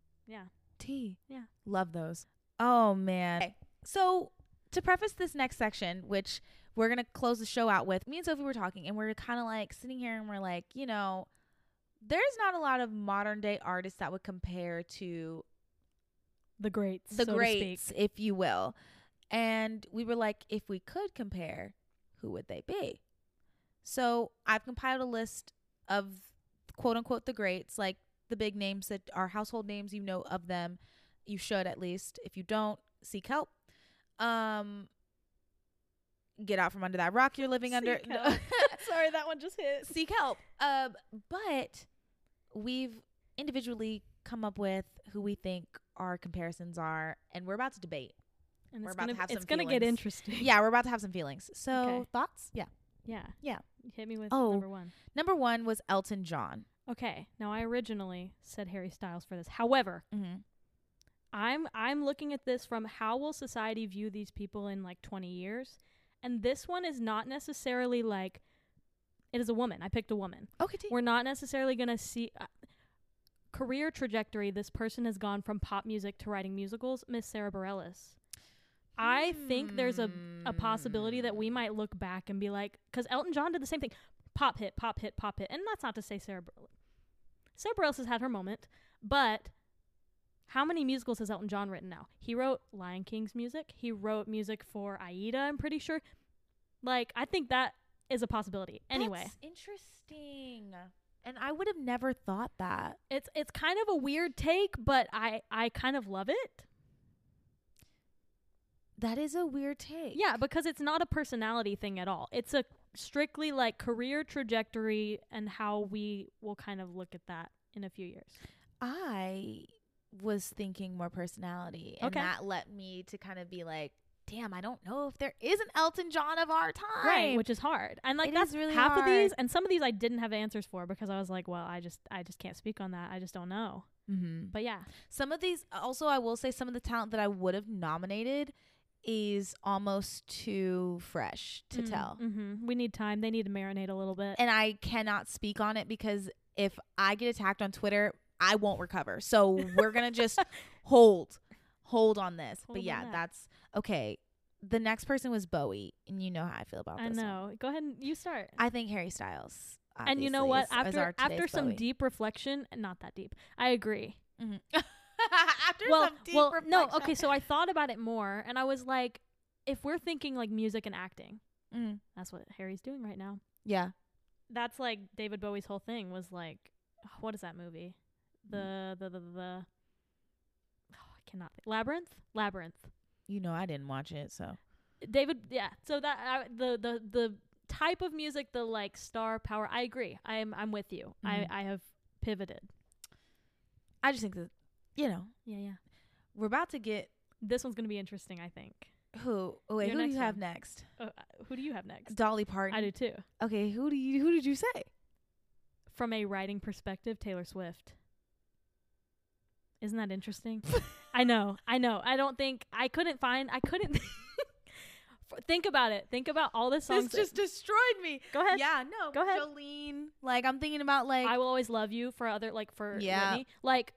S1: T.
S2: Yeah.
S1: Love those. Oh man. So to preface this next section, which we're gonna close the show out with, me and Sophie were talking and we're kinda like sitting here and we're like, you know, there's not a lot of modern day artists that would compare to
S2: The greats.
S1: the
S2: so to
S1: greats,
S2: speak.
S1: if you will. And we were like, if we could compare, who would they be? So I've compiled a list of quote unquote the greats, like the big names that are household names, you know of them. You should at least. If you don't, seek help. Um get out from under that rock you're living under.
S2: Seek help. Sorry, that one just hit.
S1: seek help. Um, but we've individually come up with who we think our comparisons are, and we're about to debate.
S2: And
S1: We're
S2: it's
S1: about to
S2: gonna,
S1: have
S2: it's
S1: some
S2: gonna get
S1: feelings.
S2: interesting.
S1: Yeah, we're about to have some feelings. So
S2: Okay.
S1: thoughts? Yeah.
S2: Yeah.
S1: Yeah.
S2: Hit me with
S1: Oh.
S2: number one.
S1: Number one was Elton John.
S2: Okay. Now I originally said Harry Styles for this. However,
S1: Mm-hmm.
S2: I'm I'm looking at this from how will society view these people in like 20 years, and this one is not necessarily like it is a woman. I picked a woman.
S1: Okay.
S2: We're not necessarily gonna see uh, career trajectory. This person has gone from pop music to writing musicals. Miss Sarah Bareilles. I think there's a a possibility that we might look back and be like, because Elton John did the same thing, pop hit, pop hit, pop hit, and that's not to say Sarah Bareilles. Sarah Bareilles has had her moment, but how many musicals has Elton John written now? He wrote Lion King's music. He wrote music for Aida. I'm pretty sure. Like, I think that is a possibility. Anyway,
S1: That's interesting. And I would have never thought that.
S2: it's it's kind of a weird take, but I I kind of love it.
S1: That is a weird take.
S2: Yeah, because it's not a personality thing at all. It's a strictly like career trajectory and how we will kind of look at that in a few years.
S1: I was thinking more personality, and
S2: Okay.
S1: that let me to kind of be like, damn, I don't know if there is an Elton John of our time.
S2: right which is hard and like
S1: It
S2: that's
S1: is really
S2: half of
S1: hard.
S2: these and some of these i didn't have answers for because i was like well i just i just can't speak on that i just don't know
S1: mm-hmm.
S2: but yeah
S1: Some of these, also, I will say, some of the talent that I would have nominated is almost too fresh to tell.
S2: hmm we need time they need to marinate a little bit
S1: And I cannot speak on it because if I get attacked on Twitter, I won't recover. So we're going to just hold, hold on this.
S2: Hold
S1: but
S2: on
S1: yeah,
S2: that.
S1: that's okay. The next person was Bowie, and you know how I feel about
S2: i
S1: this one.
S2: know go ahead and you start
S1: I think Harry Styles.
S2: and you know what
S1: obviously, is- is
S2: after
S1: our
S2: after
S1: today's
S2: some
S1: Bowie.
S2: deep reflection not that deep i agree
S1: Mhm. after
S2: well
S1: some deep
S2: well no
S1: reflection.
S2: okay so i thought about it more and i was like if we're thinking like music and acting
S1: Mm,
S2: that's what harry's doing right now
S1: yeah,
S2: that's like david bowie's whole thing was like what is that movie the the the the, the oh i cannot think. labyrinth labyrinth
S1: you know I didn't watch it, so
S2: David, yeah. So that I the the the type of music, the like star power. I agree. I'm I'm with you.
S1: Mhm.
S2: I I have pivoted.
S1: I just think that you know
S2: Yeah, yeah.
S1: we're about to get
S2: This one's gonna be interesting. I think.
S1: who. Oh, wait,
S2: Your
S1: who do
S2: next
S1: you have
S2: one.
S1: next?
S2: Uh, uh, who do you have next?
S1: Dolly Parton.
S2: I do too.
S1: Okay, who do you who did you say?
S2: From a writing perspective, Taylor Swift. Isn't that interesting? I know. I know. I don't think I couldn't find. I couldn't. F- think about it. Think about all the songs.
S1: This
S2: that-
S1: just destroyed me.
S2: go ahead.
S1: Yeah, no.
S2: Go ahead.
S1: Jolene. Like I'm thinking about like
S2: I will always love you for other like for
S1: Yeah.
S2: Whitney. Like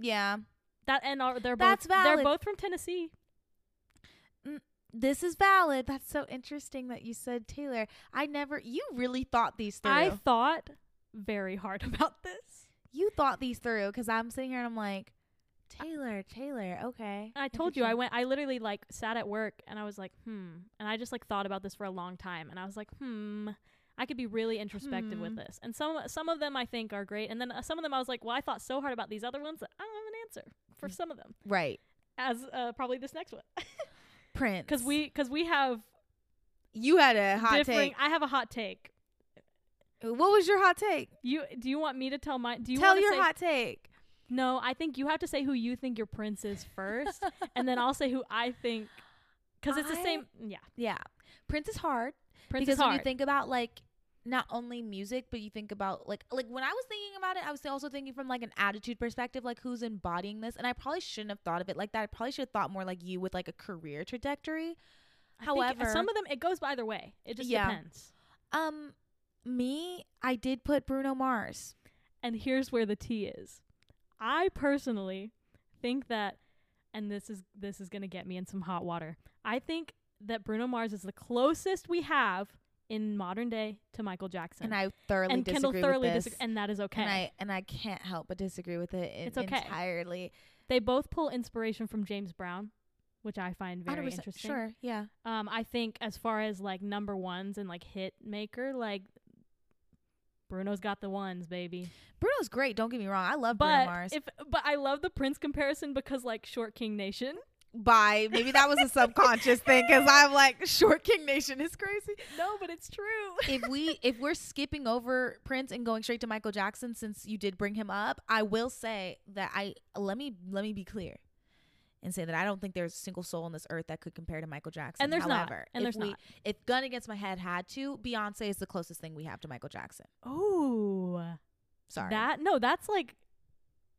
S1: yeah.
S2: that, and are, they're
S1: That's
S2: both they're
S1: valid.
S2: both from Tennessee.
S1: This is valid. That's so interesting that you said Taylor. I never. You really thought these through.
S2: I thought very hard about this.
S1: you thought these through because I'm sitting here and I'm like, Taylor, Taylor, okay.
S2: And I told you I
S1: Interesting.
S2: went I literally like sat at work and I was like, hmm. And I just like thought about this for a long time and I was like, hmm. I could be really introspective with
S1: Hmm.
S2: this. And some some of them I think are great and then uh, some of them I was like, well, I thought so hard about these other ones that I don't have an answer
S1: Mm.
S2: for some of them.
S1: right
S2: As uh, probably this next one.
S1: Prince
S2: Cuz we cuz we have
S1: you had a hot
S2: differing I have a hot
S1: take.
S2: take.
S1: What was your hot take?
S2: You do you want me to tell my do you
S1: Tell
S2: wanna
S1: your
S2: say,
S1: hot take.
S2: No, I think you have to say who you think your prince is first and then I'll say who I think cuz it's the
S1: I-
S2: same yeah.
S1: Yeah, Prince is hard
S2: Prince
S1: because
S2: is hard.
S1: when you think about like not only music, but you think about like like when I was thinking about it, I was also thinking from like an attitude perspective, like who's embodying this. And I probably shouldn't have thought of it like that. I probably should have thought more like you with like a career trajectory.
S2: I think
S1: However,
S2: some of them it goes either way. It just
S1: Yeah.
S2: depends.
S1: um, me, I did put Bruno Mars.
S2: And here's where the T is. I personally think that, and this is this is gonna get me in some hot water. I think that Bruno Mars is the closest we have in modern day to Michael Jackson.
S1: and I thoroughly
S2: and Kendall
S1: disagree
S2: thoroughly
S1: with this.
S2: disag- and that is okay.
S1: And I and I can't help but disagree with it en-
S2: It's okay.
S1: entirely.
S2: they both pull inspiration from James Brown, which I find very
S1: 100%.
S2: interesting.
S1: Sure, yeah.
S2: Um, I think as far as like number ones and like hit maker, like Bruno's got the ones, baby.
S1: Bruno's great. Don't get me wrong. I love Bruno
S2: but
S1: Mars.
S2: if but I love the Prince comparison because like Short King Nation.
S1: Bye. Maybe that was a subconscious thing because I'm like, short King Nation is crazy.
S2: No, but it's true.
S1: If we if we're skipping over Prince and going straight to Michael Jackson, since you did bring him up, I will say that I let me let me be clear. And say that I don't think there's a single soul on this earth that could compare to Michael Jackson.
S2: And there's not.
S1: However,
S2: And
S1: if
S2: there's
S1: we,
S2: not.
S1: If Gun Against My Head had to, Beyonce is the closest thing we have to Michael Jackson.
S2: Oh,
S1: Sorry.
S2: that no, that's like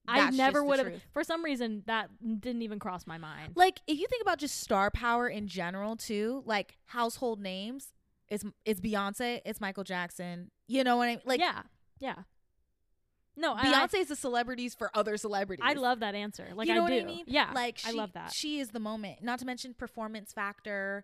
S1: That's
S2: I
S1: just
S2: never
S1: the
S2: would have.
S1: truth.
S2: For some reason, that didn't even cross my mind.
S1: Like if you think about just star power in general too, like household names, it's it's Beyonce, it's Michael Jackson. You know what I mean? Like
S2: yeah, yeah. No, I- I,
S1: Beyonce is the celebrities for other celebrities.
S2: I love that answer. Like
S1: you know
S2: I
S1: what
S2: do.
S1: I mean?
S2: Yeah,
S1: like she,
S2: I love that.
S1: She is the moment. Not to mention performance factor,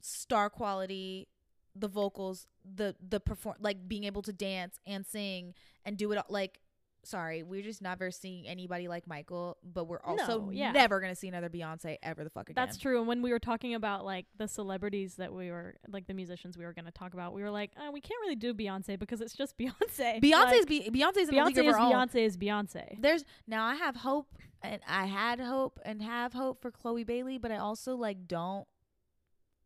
S1: star quality, the vocals, the the perform like being able to dance and sing and do it all. Like, sorry, we're just never seeing anybody like Michael, but we're also
S2: No, yeah.
S1: never gonna see another Beyonce ever the fuck again.
S2: That's true. And when we were talking about like the celebrities that we were like the musicians we were going to talk about, we were like, oh, we can't really do Beyonce because it's just Beyonce.
S1: Beyonce's
S2: Like,
S1: be- Beyonce's in a league
S2: Beyonce
S1: of
S2: is
S1: her own.
S2: Beyonce is Beyonce.
S1: There's now I have hope and I had hope and have hope for Chloe Bailey, but I also like don't.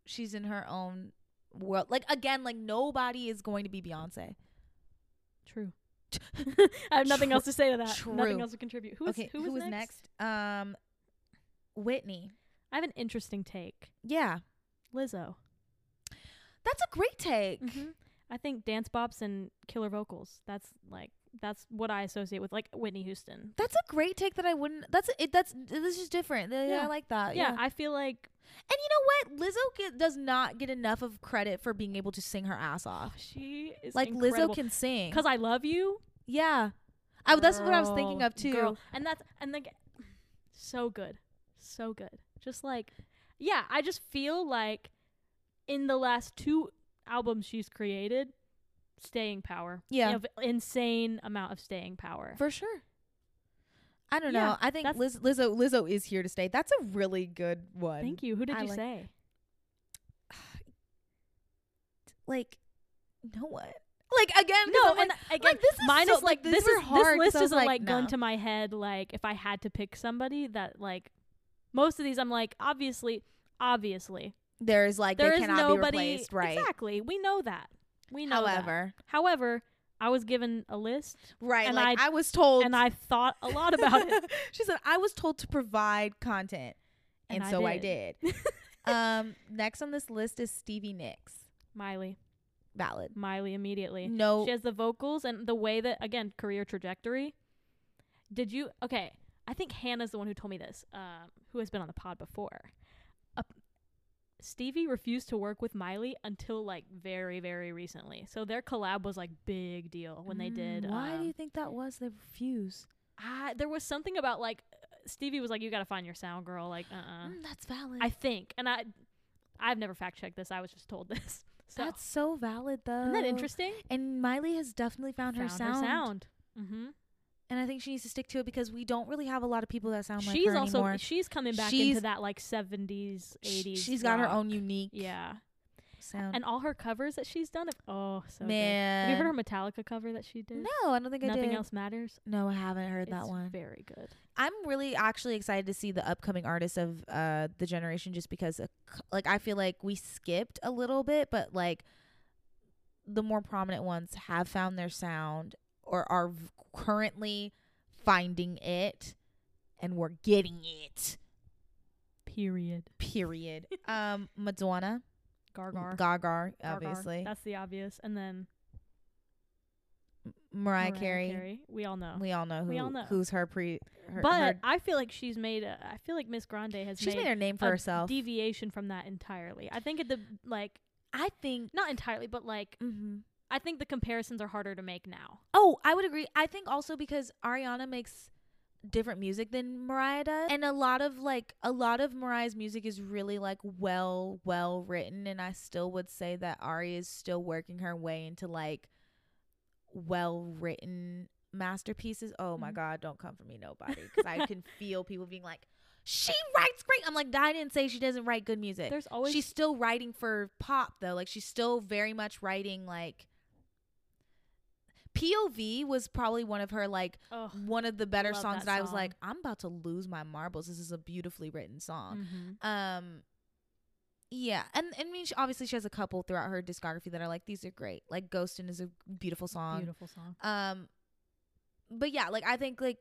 S1: She's in her own world. Like again, like nobody is going to be Beyonce.
S2: True. I have nothing
S1: True.
S2: else to say to that.
S1: True.
S2: Nothing else to contribute. Who is
S1: okay,
S2: who is next?
S1: next? Um, Whitney.
S2: I have an interesting take.
S1: Yeah.
S2: Lizzo.
S1: That's a great take.
S2: Mm-hmm. I think dance bops and killer vocals. That's like that's what I associate with like Whitney Houston.
S1: That's a great take that I wouldn't. That's it. That's this is different. Uh, Yeah,
S2: Yeah.
S1: I like that.
S2: yeah, I feel like
S1: And you know what? Lizzo get, does not get enough of credit for being able to sing her ass off.
S2: she is
S1: Like Lizzo
S2: incredible.
S1: can sing.
S2: Cause I love you.
S1: yeah. I, that's what I was thinking
S2: Girl,
S1: of too.
S2: girl. And that's and like so good, so good. Just like yeah, I just feel like in the last two albums she's created, staying power.
S1: Yeah.
S2: Of insane amount of staying power.
S1: For sure. I don't
S2: Yeah,
S1: know. I think
S2: that's-
S1: Liz, Lizzo Lizzo is here to stay. That's a really good one.
S2: Thank you. Who did
S1: I
S2: you
S1: like-
S2: say?
S1: Like, no one. Like again, 'cause
S2: No,
S1: I'm like,
S2: and again,
S1: like, this is
S2: mine
S1: so-
S2: is like
S1: these
S2: this
S1: were
S2: is
S1: hard, 'cause
S2: this
S1: I
S2: list
S1: was
S2: isn't like,
S1: like,
S2: gun
S1: no.
S2: to my head. Like if I had to pick somebody that like most of these, I'm like obviously, obviously
S1: there is like
S2: there
S1: they
S2: is
S1: cannot
S2: nobody.
S1: be replaced, right?
S2: Exactly, we know that. We know. that.
S1: However,
S2: however, I was given a list
S1: right?
S2: And
S1: like
S2: I-
S1: I, was told,
S2: and I thought a lot about it.
S1: she said I was told to provide content, and,
S2: And I
S1: so
S2: did.
S1: I did. um, next on this list is Stevie Nicks,
S2: Miley,
S1: ballad.
S2: Miley immediately.
S1: No,
S2: She has the vocals and the way that again career trajectory. Did you okay? I think Hannah's the one who told me this. Um, who has been on the pod before? Uh, Stevie refused to work with Miley until like very very recently. So their collab was like big deal when they did.
S1: Mm, Why do
S2: um,
S1: you think that was? They refuse.
S2: I, there was something about like uh, Stevie was like, "You got to find your sound, girl." Like, uh, uh
S1: Mm, that's valid.
S2: I think, and I, I've never fact checked this. I was just told this. So
S1: That's so valid though.
S2: isn't that interesting?
S1: And Miley has definitely found, her,
S2: Found
S1: sound,
S2: Mm-hmm.
S1: and I think she needs to stick to it because we don't really have a lot of people that sound like
S2: she's
S1: her
S2: also
S1: anymore.
S2: she's coming back into
S1: She's-
S2: that like 70s 80s
S1: She's got her
S2: rock.
S1: own unique
S2: yeah
S1: sound.
S2: and all her covers that she's done have- oh so good.
S1: Man,
S2: have you heard her metallica cover that she did
S1: No, I don't think I
S2: nothing
S1: did.
S2: else matters
S1: No, I haven't heard that
S2: It's
S1: one.
S2: very good
S1: I'm really actually excited to see the upcoming artists of uh the generation just because a c like I feel like we skipped a little bit but like the more prominent ones have found their sound or are v- currently finding it and we're getting it.
S2: period
S1: Period. um Madonna, Gaga,
S2: gargar Gargar.
S1: Mm, obviously.
S2: that's the obvious and then
S1: Mariah,
S2: Mariah
S1: Carey.
S2: we all know
S1: We all know who
S2: We all know.
S1: who's her pre her,
S2: but
S1: her-
S2: i feel like she's made a, i feel like miss grande has
S1: she's made
S2: made
S1: her name for
S2: a
S1: herself.
S2: deviation from that entirely i think at the like
S1: I think
S2: not entirely but like
S1: mhm.
S2: i think the comparisons are harder to make now
S1: Oh, I would agree. I think also because Ariana makes different music than Mariah does. And a lot of like a lot of Mariah's music is really like well well written and I still would say that Ari is still working her way into like well written masterpieces. Oh my
S2: Mhm.
S1: god, don't come for me nobody cuz I can feel people being like she writes great. I'm like I didn't say she doesn't write good music.
S2: there's always
S1: Eh, She's still writing for pop though. Like she's still very much writing like POV was probably one of her like
S2: Ugh.
S1: one of the better
S2: Love
S1: songs
S2: that
S1: that, I was
S2: song.
S1: like I'm about to lose my marbles. This is a beautifully written song.
S2: Mhm.
S1: Um yeah, and, and I mean, she, obviously she has a couple throughout her discography that are like these are great. Like Ghostin' is a beautiful song.
S2: Beautiful song.
S1: Um but yeah, like I think like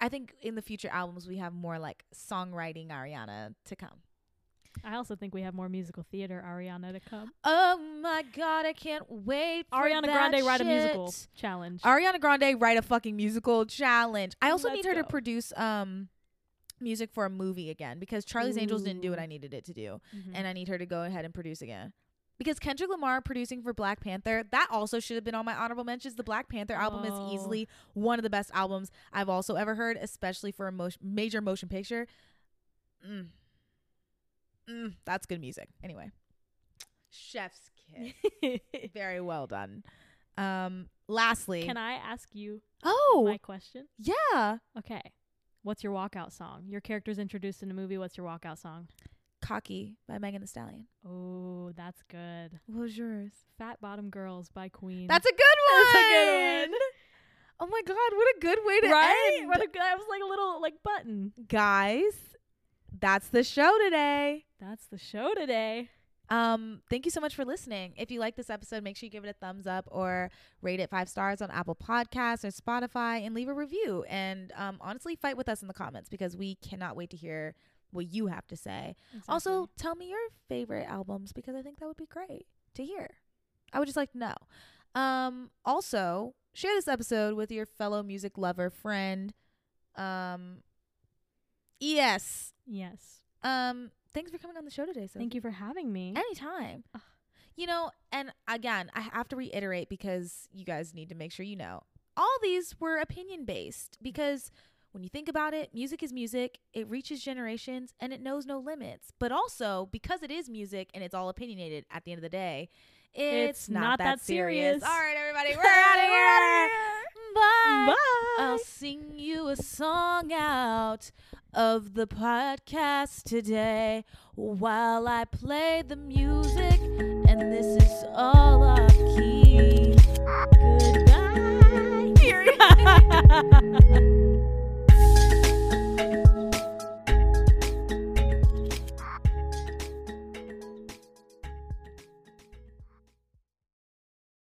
S1: I think in the future albums we have more like songwriting Ariana to come.
S2: I also think we have more musical theater Ariana to come.
S1: Oh my god, I can't wait. For
S2: Ariana
S1: that
S2: Grande write a musical
S1: shit.
S2: challenge.
S1: Ariana Grande write a fucking musical challenge. I also
S2: Let's
S1: need her to
S2: go.
S1: produce um music for a movie again because Charlie's Angels didn't do what
S2: Ooh.
S1: I needed it to do,
S2: Mhm.
S1: and I need her to go ahead and produce again. Because Kendrick Lamar producing for Black Panther, that also should have been on my honorable mentions. The Black Panther album
S2: Oh.
S1: is easily one of the best albums I've also ever heard, especially for a mo- major motion picture. Mm. Mm, that's good music. Anyway, chef's kiss. Very well done. Um, lastly,
S2: Can I ask you
S1: oh
S2: my question?
S1: yeah,
S2: Okay. What's your walkout song? Your character's introduced in the movie. What's your walkout song?
S1: "Cocky" by Megan The Stallion.
S2: Oh, that's good.
S1: What was yours?
S2: Fat Bottom Girls by Queen.
S1: That's a good one.
S2: That's a good one.
S1: Oh my god, what a good way to
S2: right.
S1: end,
S2: What a good, that was like a little like button.
S1: guys. That's the show today.
S2: That's the show today.
S1: Um, thank you so much for listening. If you like this episode, make sure you give it a thumbs up or rate it five stars on Apple Podcasts or Spotify and leave a review. And um, honestly, fight with us in the comments because we cannot wait to hear what you have to say. Also, tell me your favorite albums because I think that would be great to hear. I would just like to know. Um, also, share this episode with your fellow music lover friend. Um, yes.
S2: yes.
S1: Um, thanks for coming on the show today. So
S2: Thank you for having me.
S1: Anytime.
S2: Ugh.
S1: You know, and again, I have to reiterate because you guys need to make sure you know all these were opinion based because when you think about it, music is music, it reaches generations and it knows no limits. But also, because it is music and it's all opinionated at the end of the day, it's, not, that, serious. All right, everybody, we're out of here. Bye. I'll sing you a song out of the podcast today while I play the music, and this is all off key. Goodbye.
S2: Bye.